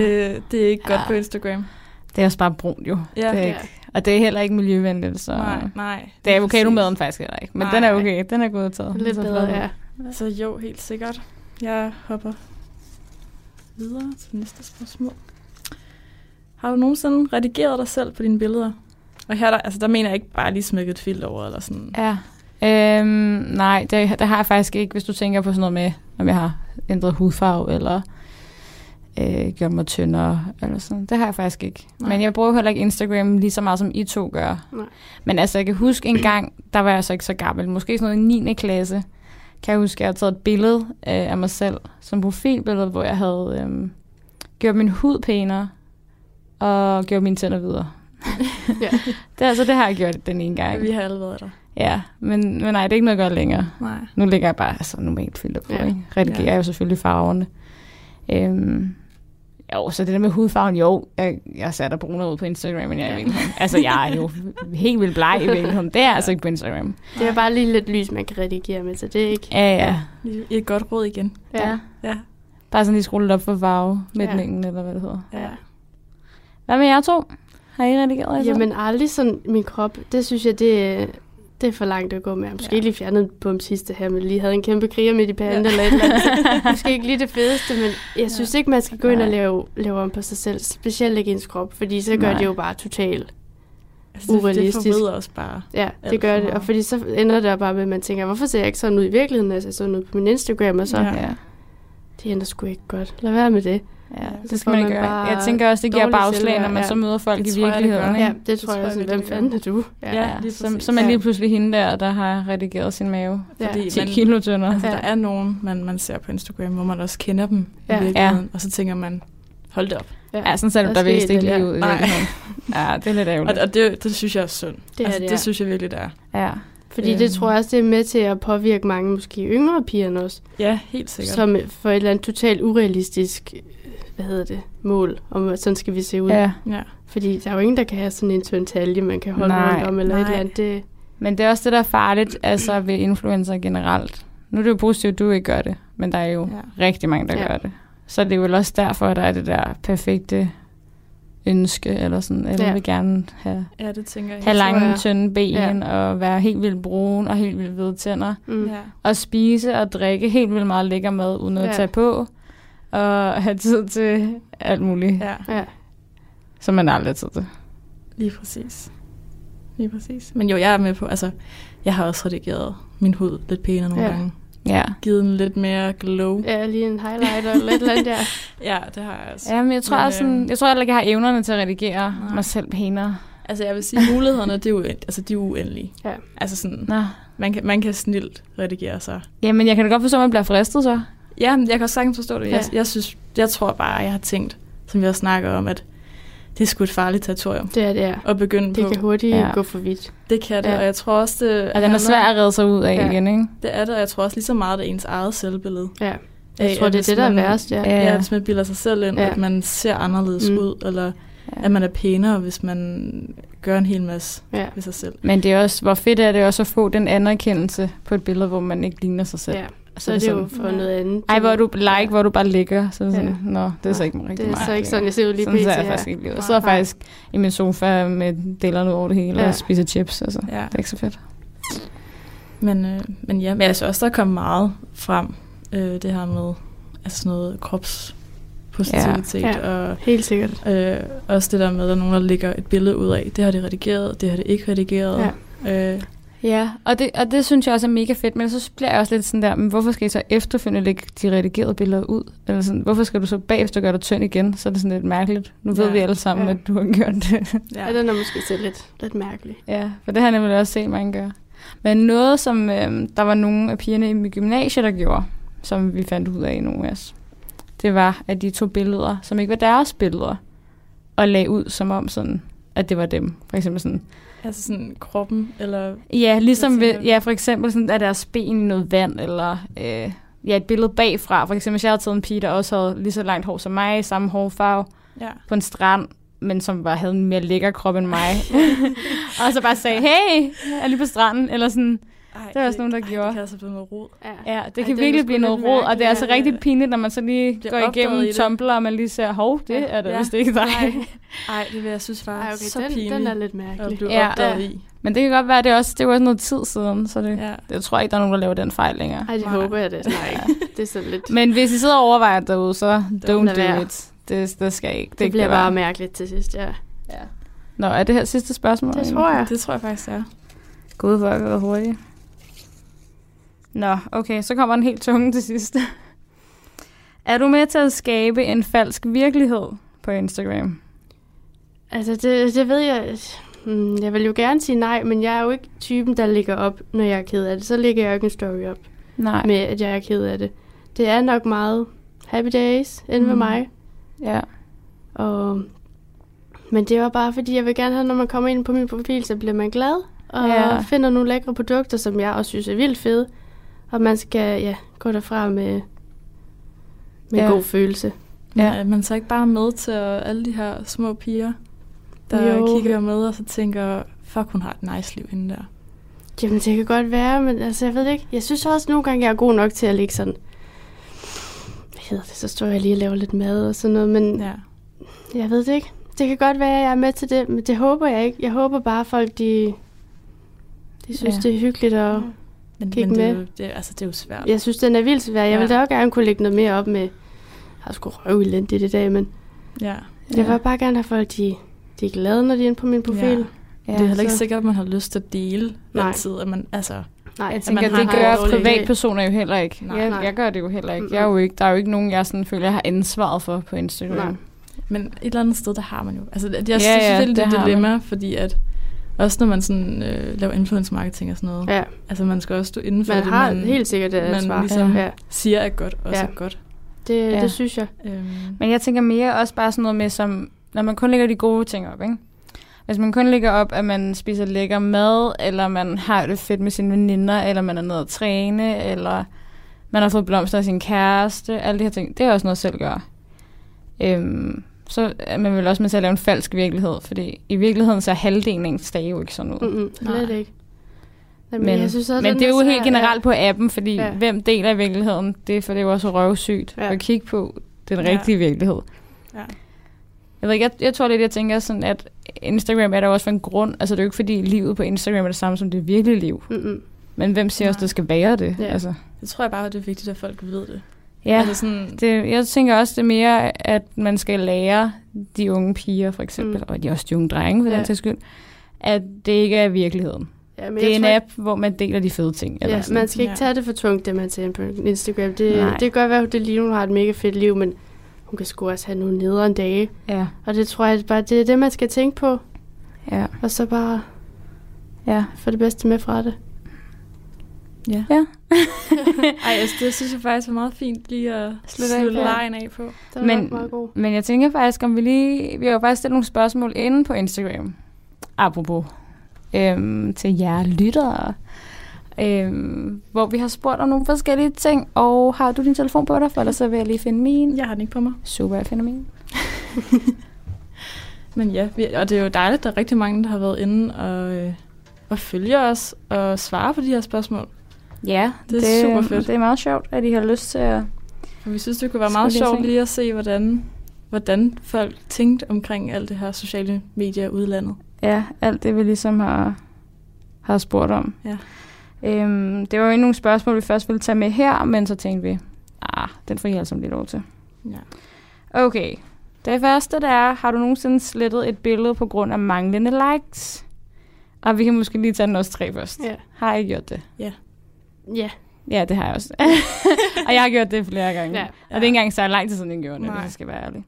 det er ikke godt
Ja.
på Instagram.
Det er også bare brunt jo.
Ja.
Det er
ja.
ikke. Og det er heller ikke miljøvenligt, så...
Nej, nej.
Det er
lige præcis.
avocadomaden faktisk heller ikke, men Nej. den er
Nej.
okay. Den er god at tage.
Lidt
Så
bedre,
flad.
ja.
Så Altså, jo, helt sikkert. Jeg hopper videre til næste spørgsmål. Har du nogensinde redigeret dig selv på dine billeder? Og her, der, altså, der mener jeg ikke bare lige smækket et filter over, eller sådan.
Ja. Øhm, nej, det, det har jeg faktisk ikke, hvis du tænker på sådan noget med, om jeg har ændret hudfarve, eller øh, gjort mig tyndere, eller sådan. Det har jeg faktisk ikke.
Nej.
Nej. Men jeg bruger heller ikke Instagram lige så meget, som I to gør.
Nej.
Men altså, jeg kan huske en gang, der var jeg så ikke så gammel, måske sådan noget i 9. klasse, kan jeg huske, at jeg havde taget et billede øh, af mig selv, som profilbillede, hvor jeg havde øhm, gjort min hud pænere, og gjort mine tænder videre.
Ja.
Det, altså, det har jeg gjort den ene gang.
Vi har alle været der.
Ja, men, men nej, det er ikke noget godt længere.
Nej.
Nu ligger jeg bare altså, normalt filter på,
Ja.
ja. ikke? Redigerer
Ja.
ja. jo selvfølgelig farverne. Øhm, jo, så det der med hudfarven, jo, jeg, jeg satte brunere ud på Instagram, men jeg er i
Ja.
virkeligheden. Altså, jeg er jo helt vildt bleg i virkeligheden. Det er altså ikke på Instagram.
Det er bare lige lidt lys, man kan redigere med, så det er ikke...
Ja, ja.
Lige Et godt råd igen.
Ja.
Ja.
Bare sådan lige skrue lidt op for farvemætningen, ja. eller hvad det hedder.
ja.
Hvad med jer to? Har I redigeret jer
Altså.
selv?
Jamen aldrig sådan min krop. Det synes jeg, det, er- det er for langt at gå med. Jeg måske
Ja.
ja. lige fjernet en bum sidste her, men lige havde en kæmpe kriger midt i panden ja. eller et eller andet. Så Måske ikke lige det fedeste, men jeg synes ikke, man skal gå ind og
Nej.
lave, lave om på sig selv. Specielt ikke ens krop, fordi så gør
Nej.
det jo bare totalt.
Altså, det, det
Urealistisk.
forvrider os bare.
Ja,
Alt
det gør
for
det. Og
meget.
fordi så ender det bare med, at man tænker, hvorfor ser jeg ikke sådan ud i virkeligheden? Altså jeg sådan ud på min Instagram, og så
Ja.
ja.
ja.
det ender sgu ikke godt. Lad være med det.
Ja,
Så
det
får
skal man ikke
man
gøre.
bare
Jeg tænker også, det giver
dårligt
bagslag, når
selvværd,
man
ja.
så møder folk
Det
i
tror jeg, det gør.
virkeligheden. ikke?
Ja, det tror
tror
jeg
jeg
også.
virkelig,
Hvem
det
fanden
gør.
er du? Ja.
Ja.
ja.
lige
så,
præcis.
så er man
Ja.
lige pludselig hende der, der har redigeret sin mave.
Fordi
10
man,
kilo tyndere.
altså, der er nogen, man, man ser på Instagram, hvor man også kender dem
Ja.
i virkeligheden. Og så tænker man, hold da op.
Ja, sådan selv,
Der
der
sker
vist ikke
det,
lige
ja.
ud. i
Nej.
virkeligheden. Ja, det er lidt
Og,
ærgerligt.
og det, det synes jeg er synd.
Det er
altså,
det,
det
ja.
synes jeg virkelig, det er.
Ja.
Fordi
Øhm.
det tror jeg også, det er med til at påvirke mange måske yngre piger også.
Ja, helt sikkert.
Som for et eller andet totalt urealistisk, hvad hedder det, mål om, at sådan skal vi se ud. Ja.
ja.
Ja.
Fordi der er jo ingen, der kan have sådan en tynd talje, man kan holde
Nej,
rundt om, eller et
nej.
eller andet. Det,
Men det er også det, der er farligt altså ved influencer generelt. Nu er det jo positivt, at du ikke gør det, men der er
Oh.
jo
Ja.
ja. rigtig mange, der
Ja.
ja. gør det. Så det er vel også derfor, at der er det der perfekte ønske, eller sådan, eller
Ja.
ja. vil gerne have,
ja, det tænker jeg.
have lange,
jeg.
tynde ben, ja. og være helt vildt brun, og helt vildt hvide tænder.
mm. ja.
Ja.
at spise og drikke helt vildt meget lækker mad, uden at
Ja.
ja. tage på, og have tid til alt muligt, ja.
ja,
ja.
som man aldrig har tid til.
lige præcis. Lige præcis. Men jo, jeg er med på, altså, jeg har også redigeret min hud lidt pænere nogle
Ja.
ja. gange.
Ja.
Givet den lidt mere glow.
ja, lige en highlighter eller et eller andet der.
Ja, det har jeg også.
ja men jeg tror,
Men,
men, sådan,
øhm,
jeg tror heller ikke, jeg har evnerne til at redigere
Nej.
nej. mig selv pænere.
Altså, jeg vil sige, mulighederne, det er jo, altså, de er uendelige.
Ja.
Altså sådan,
Nå.
man kan, man kan snilt redigere sig.
Jamen, jeg kan da godt forstå, at man bliver fristet så.
Ja, men jeg kan også sagtens forstå det. Jeg,
Ja.
jeg, synes, jeg tror bare, jeg har tænkt, som vi også snakker om, at det er sgu et farligt territorium
Det er det, ja.
at begynde
Det
på.
kan hurtigt ja.
Ja.
gå for vidt.
Det kan det,
Ja.
ja. og jeg tror også, det
Og den er svær at redde sig ud af
Ja.
ja. igen, ikke?
Det er det, og jeg tror også lige så meget, det er ens eget selvbillede.
Ja.
Af,
Jeg tror,
at
det er
hvis
det, der er
man-
værst, ja.
Ja.
Ja, hvis man bilder sig selv ind,
Ja.
ja. at man ser anderledes
Mm.
mm. ud, eller
Ja.
at man er pænere, hvis man gør en hel masse
Ja.
ved sig selv.
Men det er også, hvor fedt er det også at få den anerkendelse på et billede, hvor man ikke ligner sig selv.
ja.
Så
Så er det jo
sådan,
for
Ja.
noget andet.
Ej, hvor er du like, hvor er du bare ligger. Så er det sådan,
Ja.
ja. nå, det er så ikke rigtig
Det er
mig.
så ikke sådan, jeg ser ud lige
Sådan
pt.
ser jeg
ja.
faktisk ikke lige ud. Jeg sidder
Nej.
faktisk i min sofa med deler ud over det hele
Ja.
ja. og spiser chips. Altså. Det
Ja.
er ikke så fedt.
Men, øh, men ja, men jeg synes også, der er kommet meget frem, øh, det her med altså sådan noget kropspositivitet,
Ja.
ja.
Ja.
og
Helt sikkert.
øh, også det der med, at der er nogen, der lægger et billede ud af, det har det redigeret, det har det ikke redigeret. Ja. Øh,
Ja, og det, og det synes jeg også er mega fedt, men så bliver jeg også lidt sådan der, men hvorfor skal I så efterfølgende lægge de redigerede billeder ud? Eller sådan, hvorfor skal du så bagefter gøre dig tynd igen? Så er det sådan lidt mærkeligt. Nu ved
Ja.
vi alle sammen,
Ja.
ja. at du har gjort det.
Ja. den er måske så lidt, lidt mærkelig.
ja, for det har jeg nemlig også set mange gøre. Men noget, som øh, der var nogle af pigerne i mit gymnasie, der gjorde, som vi fandt ud af i nogle af os, det var, at de tog billeder, som ikke var deres billeder, og lagde ud som om sådan, at det var dem. For eksempel sådan,
Altså sådan kroppen, eller...
Ja, ligesom
Hvad
ved,
tænker du?
ja, for eksempel sådan, at deres ben i noget vand, eller øh, ja, et billede bagfra. For eksempel, hvis jeg havde taget en pige, der også havde lige så langt hår som mig, samme hårfarve,
Ja.
på en strand, men som bare havde en mere lækker krop end mig. og så bare sagde, hey, jeg er lige på stranden, eller sådan.
Ej,
Der er også nogen, der
ej,
gjorde.
Det kan altså blive noget rod.
Ja, det kan
er
Ej, virkelig
sgu
blive
lidt
noget råd, og det er
mærkeligt,
altså
ja.
rigtig pinligt, når man så lige
Bliver
går
opdaget i
igennem
det.
Tumblr, og man lige ser, hov, det
Ja.
er da
Ja.
ja. vist ikke dig.
Nej.
Ej, det vil jeg synes var
Ej,
okay,
okay,
så
den,
pinligt.
den er lidt
at
mærkelig.
blive
Ja.
opdaget
Ja.
i.
Men det kan godt være, det er også, det var også noget tid siden, så det,
Ja.
jeg tror ikke, der er nogen, der laver den fejl længere.
Ej, det
Nej.
håber jeg da snart ikke. Det er sådan lidt...
Men hvis I sidder og overvejer derude, så don't
lad være.
do it. Det, det skal ikke.
Det bliver
kan være.
bare mærkeligt til sidst, ja.
Ja.
Nå, er det her sidste spørgsmål?
Det tror jeg.
Det tror jeg faktisk, det er.
Gud, hvor har jeg været hurtig. Nå, okay, så kommer den helt tunge til sidst. Er du med til at skabe en falsk virkelighed på Instagram?
Altså, det, det ved jeg... Hmm, Jeg vil jo gerne sige nej, men jeg er jo ikke typen, der ligger op, når jeg er ked af det. Så ligger jeg jo ikke en story op
Nej.
med, at jeg er ked af det. Det er nok meget happy days inde mm. med
Mm.
mig.
Ja.
Og, men det var bare, fordi jeg vil gerne have, når man kommer ind på min profil, så bliver man glad. Og
Ja.
ja. finder nogle lækre produkter, som jeg også synes er vildt fede. Og man skal ja, gå derfra med, med ja.
Ja.
god følelse.
Ja.
Ja.
Er øh, man så ikke bare med til øh, alle de her små piger, der
Jo.
jo. kigger med og så tænker, fuck, hun har et nice liv hende der.
Jamen, det kan godt være, men altså, jeg ved det ikke. Jeg synes også nogle gange, jeg er god nok til at ligge sådan... Hvad hedder det? Så står jeg lige og laver lidt mad og sådan noget, men ja.
Ja.
jeg ved det ikke. Det kan godt være, at jeg er med til det, men det håber jeg ikke. Jeg håber bare, at folk, de, de synes,
Ja.
ja. det er hyggeligt, og
Men,
Kig
men det, er
med.
jo- det, altså, det er jo svært.
jeg synes, den er vildt svær. Jeg ja. ville
Ja.
da også gerne kunne lægge noget mere op med... Jeg har sgu røv elendigt i dag, men
Ja.
ja. jeg vil bare gerne have folk, de, de er glade, når de er inde på min profil.
Ja.
Ja.
Ja,
det er heller ikke
så-
sikkert, at man har lyst til at dele
Nej.
altid. At man, altså,
Nej,
Jeg
altså,
man
tænker,
har
det
en
gør
dårlig
privatpersoner jo heller ikke.
Nej.
jeg,
Nej.
jeg gør det jo heller ikke.
Mm-mm.
Jeg er jo ikke. Der er jo ikke nogen, jeg sådan føler, jeg har ansvaret for på Instagram.
Nej.
men et eller andet sted, der har man jo. Altså, det- jeg
Ja,
ja, synes,
ja,
ja, det er lidt
det
et
har
dilemma, man. fordi at også når man sådan, øh, laver influence marketing og sådan noget,
Ja,
altså man skal også stå inden for
man
det,
har
man
helt sikkert et
man
ansvar.
ligesom-
ja.
siger er godt, også
Ja.
er godt.
Det,
Ja.
ja. det synes jeg.
Øhm,
Men jeg tænker mere også bare sådan noget med, som, når man kun lægger de gode ting op, ikke? Hvis man kun lægger op, at man spiser lækker mad, eller man har det fedt med sine veninder, eller man er nede at træne, eller man har fået blomster af sin kæreste, alle de her ting, det er også noget, selv gør. Øhm, så er man vil også med til at lave en falsk virkelighed, fordi i virkeligheden ser halvdelen af ens dage jo ikke sådan ud.
Mm-mm, slet
Nej.
ikke. Jamen,
Men,
at
men
Mm. den
det er jo
svær,
helt generelt på appen, fordi ja.
Ja.
hvem deler i virkeligheden, det er for det er jo også røvsygt ja.
Ja.
at kigge på den
Ja.
rigtige virkelighed.
ja.
Jeg ved ikke, jeg, jeg tror lidt, jeg tænker sådan, at Instagram er der jo også for en grund. Altså, det er jo ikke, fordi livet på Instagram er det samme som det virkelige liv.
Ja. Mm-mm.
Men hvem siger også,
Nej.
det skal være det?
Ja.
Altså,
Det tror jeg bare, at det er vigtigt, at folk ved det.
ja.
Altså sådan,
Det, jeg tænker også, det er mere, at man skal lære de unge piger, for eksempel, mm.
Mm.
og de også de unge drenge, for ja.
Ja.
den sags skyld, at det ikke er virkeligheden.
Ja, men
Men det er
jeg
en
tror ikke-
app, hvor man deler de fede ting. Eller
Ja,
sådan.
man skal ikke
Ja.
tage det for tungt, det man ser på Instagram. Det,
Nej.
det kan godt være, at det lige nu har et mega fedt liv, men hun kan sgu også have nogle nederen dage.
Ja,
Og det tror jeg bare, det er det, man skal tænke på.
ja,
Og så bare
ja.
få det bedste med fra det.
ja.
ja.
Ej, altså, det synes jeg faktisk var meget fint lige at
Slutte
slutte,
af
slutte
på.
lejen af på.
Det
Men-
er men, nok meget god.
Men jeg tænker faktisk, om vi lige... Vi har jo faktisk stillet nogle spørgsmål inde på Instagram. Apropos. Øhm, til jer lyttere. Øhm, hvor vi har spurgt om nogle forskellige ting. Og har du din telefon på dig? For ellers så vil jeg lige finde min.
Jeg har den ikke på mig.
Super, jeg finder min.
Men ja, vi, og det er jo dejligt, at der er rigtig mange, der har været inde og, øh, og følger os og svarer på de her spørgsmål.
Ja,
Det er super fedt.
Det er meget sjovt, at I har lyst til at...
For vi synes, det kunne være
Skulle
meget
lige
sjovt
se.
lige at se, hvordan, hvordan folk tænkte omkring alt det her sociale medier i udlandet.
Ja, alt det, vi ligesom har, har spurgt om.
Ja.
Øhm, det var jo ikke nogle spørgsmål, vi først ville tage med her, men så tænkte vi, ah, den får I altså lige lov til.
Ja.
Okay. Det første, der er, har du nogensinde slettet et billede på grund af manglende likes? Og vi kan måske lige tage den også tre først.
Ja.
Har jeg gjort det?
Ja.
Ja, det har jeg også. og jeg har gjort det flere gange.
ja.
Og det er ikke engang så lang tid siden, jeg gjorde det,
Nej.
hvis jeg skal være ærlig.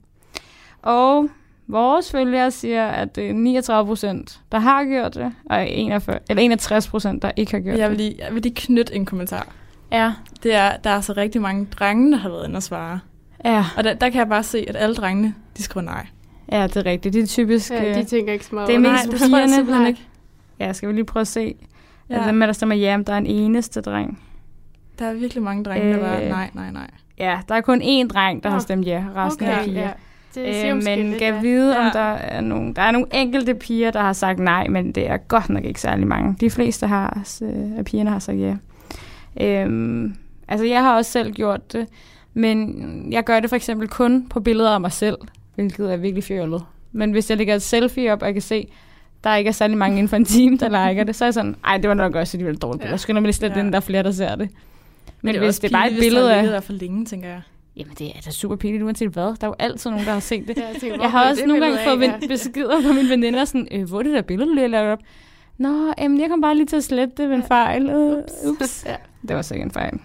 Og vores følgere siger, at det er 39 procent, der har gjort det, og 41, eller 61 procent, der ikke har gjort
Jeg vil,
det.
lige, jeg vil lige knytte en kommentar.
Ja.
Det er, der er så rigtig mange drenge, der har været inde og svare.
Ja,
Og der, der kan jeg bare se, at alle drengene, de skriver nej.
ja, det er rigtigt. Det er typisk...
ja,
Ja,
de tænker ikke så meget
det er
over
mest
nej, det tror jeg
pigerne.
simpelthen ikke.
ja, skal vi lige prøve at se. Ja.
Ja,
Altså, dem, der stemmer ja, men der er en eneste dreng.
der er virkelig mange drenge, der bare
Øh.
nej, nej, nej.
Ja, der er kun én dreng, der
Nå.
har stemt ja. Resten okay, er
Okay,
piger.
ja.
Ja.
Det siger
Øh,
måske
men
lidt,
kan
ja.
vide, ja. om
Ja.
der er nogle... Der er nogle enkelte piger, der har sagt nej, men det er godt nok ikke særlig mange. De fleste har, øh, af pigerne har sagt ja. Øhm, altså, jeg har også selv gjort det, men jeg gør det for eksempel kun på billeder af mig selv, hvilket er virkelig fjollet. Men hvis jeg lægger et selfie op, og jeg kan se, der ikke er særlig mange inden for en time, der liker det, så er jeg sådan, ej, det var nok også et vildt dårligt billede. Jeg skynder mig lige slet
Ja.
ja. den, der er flere, der ser det. Men, men det hvis
også
det er bare et
pinligt, hvis der
billede
har ligget
af...
der for længe, tænker jeg.
Jamen, det er da super pinligt, uanset hvad. Der er jo altid nogen, der har set det.
Ja, jeg, tænker, hvor
Jeg har
blev
også
det
nogle gange
billede
fået
af?
ja. beskeder fra mine veninder, sådan, øh, hvor er det der billede, du lige har lavet op? Nå, jamen, jeg kom bare lige til at slette det ved en
Ja.
fejl. Øh,
Ups.
ups.
Ja.
Det var sikkert en fejl.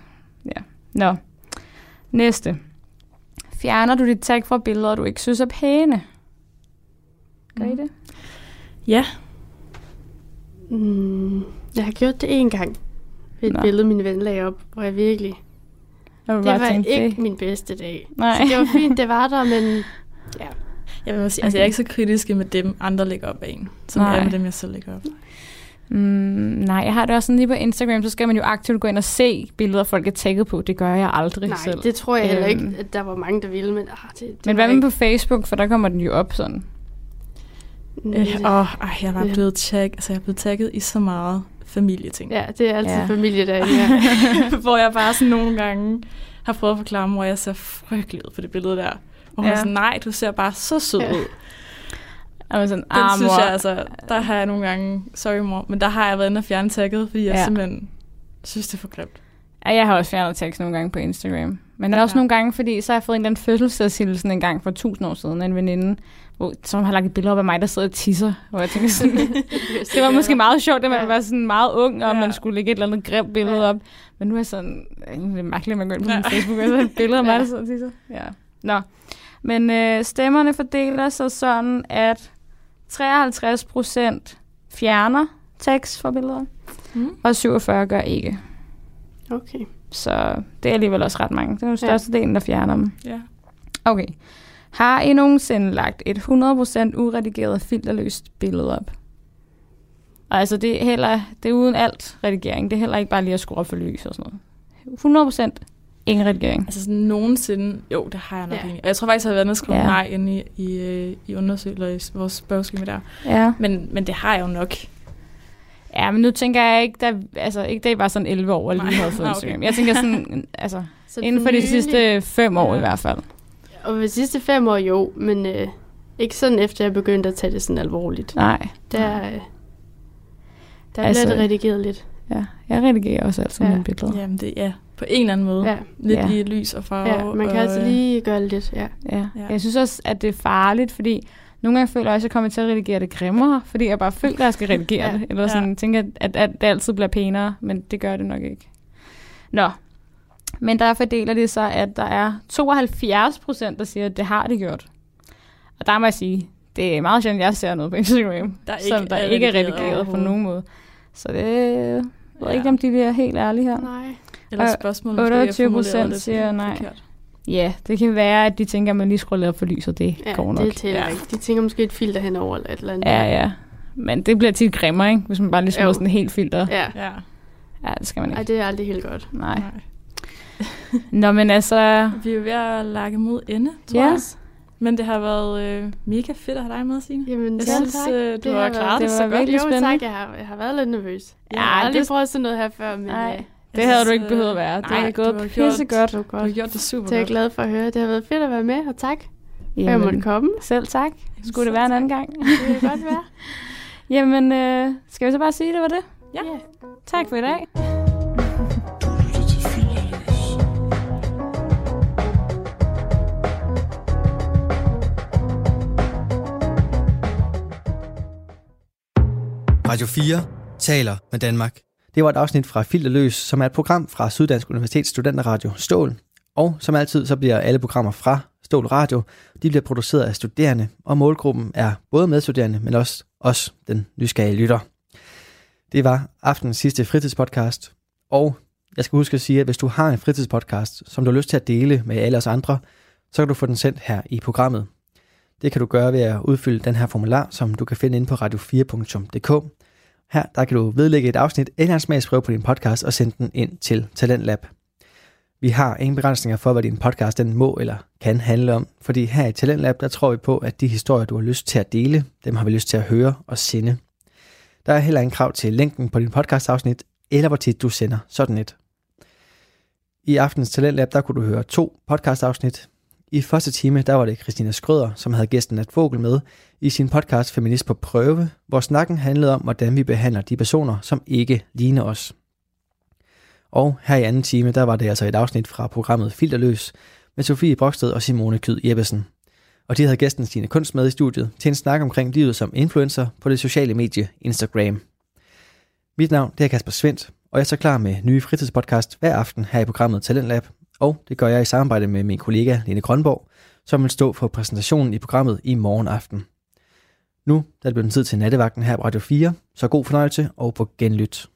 Ja. Nå. Næste. Fjerner du dit tag fra billeder, du ikke synes er pæne? Gør I
Mm.
det?
Mm, jeg har gjort det én gang. Ved et
Nå.
Nå. billede, min ven lagde op, hvor jeg virkelig...
Jeg vil
Det var
tænke,
ikke
det-
min bedste dag.
Nej.
Så det var fint, det var der, men
Jeg vil sige, altså, jeg er ikke så kritisk med dem, andre lægger op af en, som jeg
Nej.
er med dem, jeg selv lægger op.
Mm, nej, jeg har det også sådan lige på Instagram, så skal man jo aktivt gå ind og se billeder, folk er tagget på. Det gør jeg aldrig
nej,
selv.
det tror jeg heller
Øhm.
ikke, at der var mange, der ville. Men, ah, det, det
Men
var
hvad med
ikke-
på Facebook, for der kommer den jo op sådan.
Mm,
Øh, åh, ej, jeg var
Ja.
blevet tag, altså, jeg er blevet tagget i så meget familieting.
Ja, det er altid
Ja.
ja. familiedagen her.
hvor jeg bare sådan nogle gange har prøvet at forklare mor, at jeg ser frygtelig ud på det billede der. Og hun
Ja.
ja. er sådan, nej, du ser bare så sød
Ja.
ud.
Og man er sådan,
Den
ah,
synes
mor.
jeg altså, der har jeg nogle gange, sorry mor, men der har jeg været inde og fjerne tagget, fordi jeg
Ja.
ja. simpelthen synes, det er for grimt.
Ja, jeg har også fjernet tekst nogle gange på Instagram. Men
Ja.
også nogle gange, fordi så har jeg fået en eller anden fødselsdagshilsen en gang for tusind år siden af en veninde, hvor, som har lagt et billede op af mig, der sidder og tisser. Hvor jeg tænker sådan, det var måske meget sjovt, at man
Ja.
var sådan meget ung, og
Ja.
man skulle lægge et eller andet grimt billede
Ja.
op. Men nu er jeg sådan, øh, det er mærkeligt, at man går ind på
Ja.
min Facebook, og så er der et billede af mig,
Ja.
der sidder og tisser. Ja. Nå. Men øh, stemmerne fordeler sig sådan, at 53 procent fjerner tekst fra billeder,
Mm.
og 47 gør ikke.
Okay.
Så det er alligevel også ret mange. Det er jo størstedelen, der fjerner dem.
Ja.
Okay. Har I nogensinde lagt et 100% uredigeret filterløst billede op? Og altså, det er, heller, det er uden alt redigering. Det er heller ikke bare lige at skrue op for lys og sådan noget. 100% ingen redigering.
Altså sådan nogensinde, jo, det har jeg nok
Ja.
ja. egentlig. Og jeg tror faktisk, jeg har været inde og skrive
Ja.
ja. nej inde i, i, øh, i undersøg, eller i vores spørgeskema der.
Ja.
Men, men det har jeg jo nok.
Ja, men nu tænker jeg ikke, der, altså, ikke da I var sådan 11 år og lige
Nej.
havde fået
Nå,
Instagram.
okay.
Jeg tænker sådan, altså,
Så
inden for de
nylig-
sidste fem år i
Ja.
hvert fald.
Og de sidste fem år, jo, men øh, ikke sådan efter, jeg begyndte at tage det sådan alvorligt.
Nej,
Der, øh, der
Altså-
altså, blev det redigeret lidt.
ja. jeg redigerer også altid ja.
Ja.
mine billeder. Ja.
Jamen det, ja, på en eller anden måde. Ja.
Ja,
Lidt
Ja.
ja. i lys og farve.
ja man kan
og,
altså
øh,
lige gøre lidt, ja.
Ja.
Ja.
Jeg synes også, at det er farligt, fordi nogle gange føler jeg også, at jeg kommer til at redigere det grimmere, fordi jeg bare føler, at jeg skal redigere
Ja.
det. Eller sådan
Ja.
tænker, at, at det altid bliver pænere, men det gør det nok ikke. Nå. Men der fordeler det sig, at der er 72 procent, der siger, at det har det gjort. Og der må jeg sige, det er meget sjældent, at jeg ser noget på Instagram,
Der er ikke
som der
er
ikke er
redigeret
redigeret på
overhovedet.
nogen måde. Så det jeg ved
Ja.
ikke, om de bliver helt ærlige her.
Nej.
Eller
Og
spørgsmålet
28% siger nej. Ja, det kan være, at de tænker, at man lige skruer lidt op for lyset. Det
Ja,
går nok.
det tæller
Ja.
ikke. De tænker måske et filter henover eller et eller andet.
Ja, ja. Men det bliver tit grimmere, ikke? Hvis man bare lige smider
Jo.
sådan en helt filter.
ja.
Ja,
Ja, det skal man
Ej,
ikke.
det er aldrig helt godt.
Nej.
nej.
Nå, men altså...
Vi er ved at lakke mod ende, tror
Ja.
jeg. Men det har været øh, mega fedt at have dig med, Signe.
Jamen,
Jeg
ja,
synes,
tak.
øh, du
Det
har
har
klaret
været-
det,
det
så
var
godt.
virkelig
jo,
spændende.
tak. Jeg har, jeg har været lidt nervøs.
Ja,
Jeg har aldrig
det-
det... prøvet sådan noget her før, men
Nej,
øh,
Det havde du ikke behøvet at være.
nej,
det er
du har
gået
gjort-
pissegodt.
det var
øh, Du har
godt.
gjort det super
Så jeg er
godt.
glad for at høre. Det har været fedt at være med, og tak for at jeg
Jamen,
måtte komme.
selv tak. Skulle det
Selv
være en
tak.
anden gang?
Det kan godt være.
Jamen, øh, skal vi så bare sige, at det var det?
Ja.
Ja.
Tak for i dag.
lytter til Filterløs.
Radio 4 taler med Danmark. Det var et afsnit fra Filterløs, som er et program fra Syddansk Universitets Studenterradio Stål. Og som altid, så bliver alle programmer fra Stål Radio, de bliver produceret af studerende, og målgruppen er både medstuderende, men også os, den nysgerrige lytter. Det var aftenens sidste fritidspodcast, og jeg skal huske at sige, at hvis du har en fritidspodcast, som du har lyst til at dele med alle os andre, så kan du få den sendt her i programmet. Det kan du gøre ved at udfylde den her formular, som du kan finde inde på radio4.dk. Her der kan du vedlægge et afsnit eller en smagsprøve på din podcast og sende den ind til Talentlab. Vi har ingen begrænsninger for, hvad din podcast den må eller kan handle om, fordi her i Talentlab, der tror vi på, at de historier, du har lyst til at dele, dem har vi lyst til at høre og sende. Der er heller ingen krav til længden på din podcastafsnit, eller hvor tit du sender sådan et. I aftens Talentlab, der kunne du høre to podcastafsnit. I første time, der var det Christina Skrøder, som havde gæsten Nat Vogel med, i sin podcast Feminist på prøve, hvor snakken handlede om, hvordan vi behandler de personer, som ikke ligner os. Og her i anden time, der var det altså et afsnit fra programmet Filterløs, med med Sofie Broksted og Simone Kyd Jeppesen. Og de havde gæsten Stine Kunst med i studiet til en snak omkring livet som influencer på det sociale medie Instagram. Mit navn det er Kasper Svendt, og jeg er så klar med nye fritidspodcast hver aften her i programmet Talentlab. Og det gør jeg i samarbejde med min kollega Lene Grønborg, som vil stå for præsentationen i programmet i morgen aften. Nu er det blevet tid til nattevagten her på Radio 4, så god fornøjelse og på genlyt.